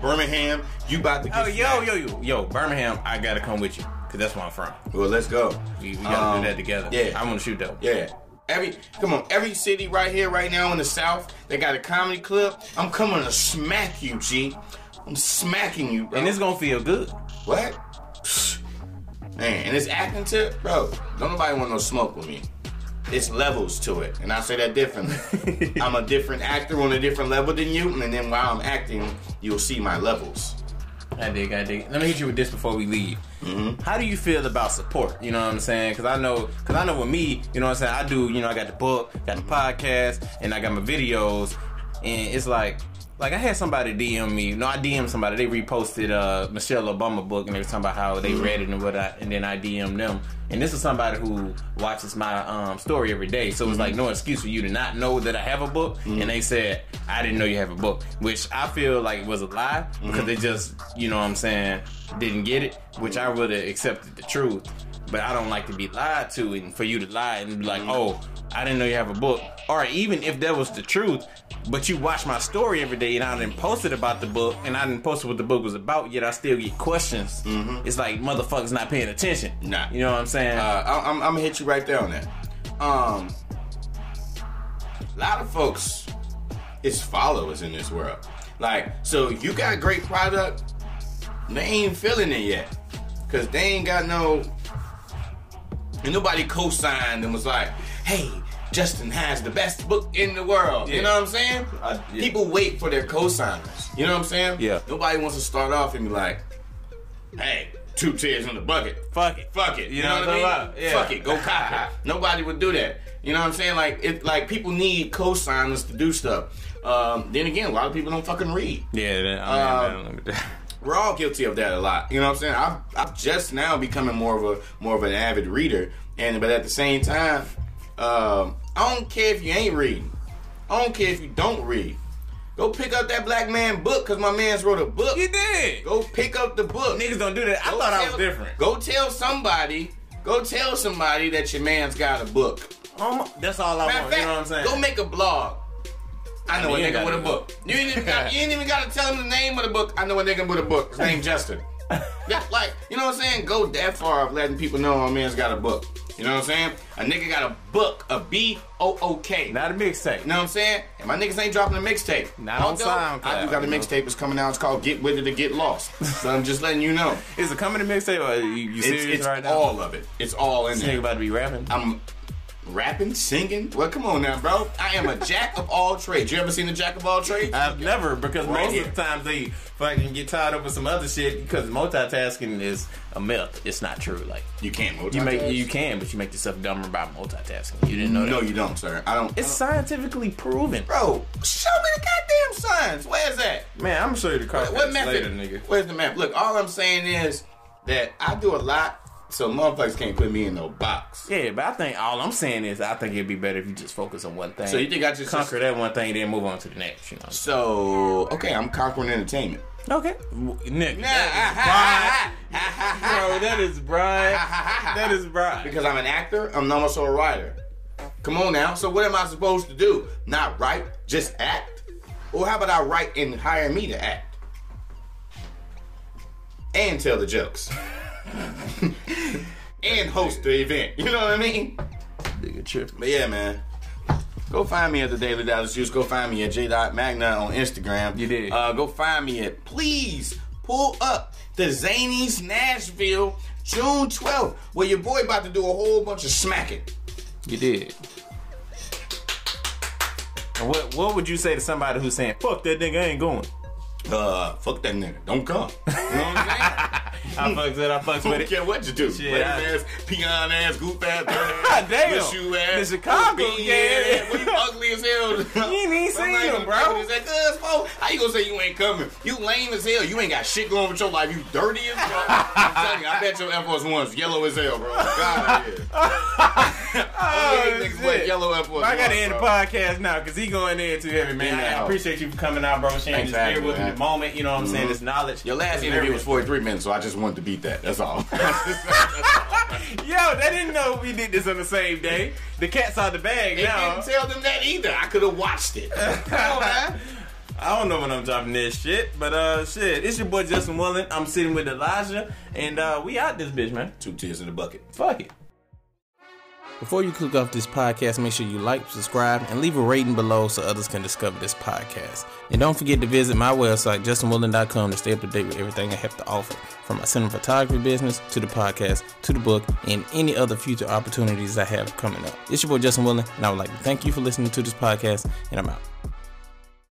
Speaker 2: Birmingham, you about to get
Speaker 1: Oh yo
Speaker 2: smacked.
Speaker 1: yo yo yo Birmingham. I gotta come with you because that's where I'm from.
Speaker 2: Well, let's go.
Speaker 1: We, we gotta
Speaker 2: Um,
Speaker 1: do that together.
Speaker 2: Yeah.
Speaker 1: I want to shoot though.
Speaker 2: yeah. Every come on, every city right here, right now in the South, they got a comedy club. I'm coming to smack you, G. I'm smacking you, bro.
Speaker 1: And it's gonna feel good.
Speaker 2: what? Psh. Man, and this acting tip, bro. Don't nobody want no smoke with me. It's levels to it, and I say that differently. I'm a different actor on a different level than you, and then while I'm acting, you'll see my levels.
Speaker 1: I dig, I dig. Let me hit you with this before we leave. How do you feel about support? You know what I'm saying? Because I know, because I know with me, you know what I'm saying. I do, you know, I got the book, got the podcast, and I got my videos, and it's like, like I had somebody DM me. No, I DM somebody. They reposted uh Michelle Obama book, and they were talking about how they read it and what I, and then I DM them. And this is somebody who watches my um, story every day, so it's like no excuse for you to not know that I have a book.
Speaker 2: Mm-hmm.
Speaker 1: And they said I didn't know you have a book, which I feel like was a lie
Speaker 2: Mm-hmm.
Speaker 1: because they just, you know, what I'm saying, didn't get it. Which I would have accepted the truth, but I don't like to be lied to, and for you to lie and be like,
Speaker 2: Mm-hmm.
Speaker 1: oh, I didn't know you have a book, or even if that was the truth. But you watch my story every day, and I didn't post it about the book, and I didn't post what the book was about. Yet I still get questions. It's like motherfuckers not paying attention.
Speaker 2: Mm-hmm. Nah.
Speaker 1: you know what I'm saying?
Speaker 2: Uh, I, I'm, I'm gonna hit you right there on that. Um, a lot of folks is followers in this world. Like, so if you got a great product, they ain't feeling it yet, cause they ain't got no. And nobody co-signed and was like, "Hey, Justin has the best book in the world." You
Speaker 1: Yeah.
Speaker 2: know what I'm saying?
Speaker 1: I- yeah.
Speaker 2: People wait for their co-signers. You know what I'm saying?
Speaker 1: Yeah.
Speaker 2: Nobody wants to start off and be like, "Hey, two tears in the bucket."
Speaker 1: fuck it,
Speaker 2: fuck it. You know, what
Speaker 1: I'm
Speaker 2: I mean?
Speaker 1: talking about?
Speaker 2: Fuck it, go cop it. Nobody would do that. You know what I'm saying? Like it, like people need co-signers to do stuff. Um, then again, a lot of people don't fucking read.
Speaker 1: Yeah,
Speaker 2: I
Speaker 1: mean,
Speaker 2: We're all guilty of that a lot. You know what I'm saying? I've, I've just now becoming more of a more of an avid reader, and but at the same time, um, I don't care if you ain't reading. I don't care if you don't read. Go pick up that black man book because my man's wrote a book.
Speaker 1: you did.
Speaker 2: Go pick up the book.
Speaker 1: Niggas don't do that. I
Speaker 2: Go
Speaker 1: thought I was
Speaker 2: tell-
Speaker 1: different.
Speaker 2: Go tell somebody. Go tell somebody that your man's got a book.
Speaker 1: Um, that's all I
Speaker 2: Matter
Speaker 1: want.
Speaker 2: of fact,
Speaker 1: you know what I'm saying?
Speaker 2: go make a blog. I know
Speaker 1: mean, you
Speaker 2: a
Speaker 1: ain't
Speaker 2: nigga with
Speaker 1: gotta
Speaker 2: a
Speaker 1: do
Speaker 2: book. You ain't, even got, you ain't even gotta tell him the name of the book. I know a nigga with a book. His name Justin. That, like, you know what I'm saying? Go that far of letting people know a man's got a book. You know what I'm saying? A nigga got a book, a B O O K.
Speaker 1: Not a mixtape.
Speaker 2: You know what I'm saying? And my niggas ain't dropping a mixtape.
Speaker 1: Not on
Speaker 2: Although,
Speaker 1: SoundCloud,
Speaker 2: I do got a
Speaker 1: you know.
Speaker 2: mixtape that's coming out. It's called Get With It or Get Lost. so I'm just letting you know.
Speaker 1: Is it coming to mixtape or you, you serious
Speaker 2: It's, it's
Speaker 1: right now?
Speaker 2: all of it. It's all in
Speaker 1: This
Speaker 2: there.
Speaker 1: nigga about to be rapping.
Speaker 2: I'm rapping, singing. Well, come on now, bro. I am a jack of all trades. You ever seen a jack of all trades?
Speaker 1: I've never because
Speaker 2: Right
Speaker 1: most
Speaker 2: here.
Speaker 1: of the times they fucking get tied up with some other shit because multitasking is a myth. It's not true. Like
Speaker 2: you can't multitask.
Speaker 1: you make you can, but you make yourself dumber by multitasking. You didn't know that.
Speaker 2: No, you don't, sir. I don't.
Speaker 1: it's scientifically proven.
Speaker 2: bro. Show me the goddamn signs. Where's that?
Speaker 1: Man, I'm gonna show you the car.
Speaker 2: What map?
Speaker 1: later, nigga?
Speaker 2: Where's the map? Look, all I'm saying is that I do a lot, so motherfuckers can't put me in no box.
Speaker 1: Yeah, but I think all I'm saying is I think it'd be better if you just focus on one thing.
Speaker 2: So you think I just
Speaker 1: conquer that one thing, then move on to the next. You know.
Speaker 2: So okay, I'm conquering entertainment.
Speaker 1: Okay. W- Nigga,
Speaker 2: Nah,
Speaker 1: that is Brian. Bro, that is Brian. that is Brian.
Speaker 2: Because I'm an actor, I'm not also a writer. Come on now. So what am I supposed to do? Not write, just act? Or how about I write and hire me to act? And tell the jokes. and host the event. You know what I mean?
Speaker 3: Nigga tripping.
Speaker 2: But yeah, man. Go find me at the Daily Dallas Juice. Go find me at J. Magna on Instagram.
Speaker 3: You did.
Speaker 2: Uh, go find me at please pull up the Zanies Nashville June 12th, where your boy about to do a whole bunch of smacking.
Speaker 3: You did.
Speaker 1: And What What would you say to somebody who's saying "fuck that nigga I ain't going"?
Speaker 2: Uh, fuck that nigga. Don't come. You know what I'm
Speaker 1: I fucks it. I fucks
Speaker 2: saying?
Speaker 1: with
Speaker 2: Don't
Speaker 1: it.
Speaker 2: care what you do.
Speaker 1: Shit,
Speaker 2: Lame
Speaker 1: I-
Speaker 2: ass, peon ass, goof ass, dirty ass,
Speaker 3: God damn.
Speaker 2: wish you ass,
Speaker 3: In Chicago,
Speaker 2: goofy
Speaker 3: yeah.
Speaker 2: ass, Well, you ugly as hell.
Speaker 3: You ain't even
Speaker 2: I'm
Speaker 3: seen
Speaker 2: not
Speaker 3: him,
Speaker 2: even
Speaker 3: bro.
Speaker 2: coming. Is that cuz, folks? How you gonna say you ain't coming? You lame as hell. You ain't got shit going with your life. You dirty as fuck. I'm telling you, I bet your Air Force One's yellow as hell, bro. God, yeah. oh, niggas
Speaker 1: shit.
Speaker 2: wear yellow Air Force
Speaker 1: I gotta
Speaker 2: Ones,
Speaker 1: end the
Speaker 2: bro.
Speaker 1: podcast now because he going in too heavy, man.
Speaker 2: Yeah.
Speaker 1: I appreciate you for coming out, bro. Sharing
Speaker 2: Thanks
Speaker 1: this
Speaker 2: for having
Speaker 1: beer
Speaker 2: me,
Speaker 1: with me
Speaker 2: man. Mm-hmm.
Speaker 1: the moment. You know what I'm saying? This knowledge.
Speaker 2: Your last
Speaker 1: It's
Speaker 2: interview
Speaker 1: very-
Speaker 2: was 43 minutes, so I just wanted to beat that. That's all.
Speaker 1: Yo, they didn't know we did this on the same day. The cat's out the bag
Speaker 2: They
Speaker 1: now.
Speaker 2: didn't tell them that either. I could have watched it. Come on, man.
Speaker 1: I don't know when I'm dropping this shit, but uh, shit, it's your boy Justin Willen. I'm sitting with Elijah, and uh, we out this bitch, man.
Speaker 2: Two tears in the bucket.
Speaker 1: Fuck it.
Speaker 3: Before you click off this podcast, make sure you like, subscribe, and leave a rating below so others can discover this podcast. And don't forget to visit my website, justinwillen.com, to stay up to date with everything I have to offer from my cinematography business to the podcast to the book and any other future opportunities I have coming up. It's your boy Justin Willen, and I would like to thank you for listening to this podcast, and I'm out.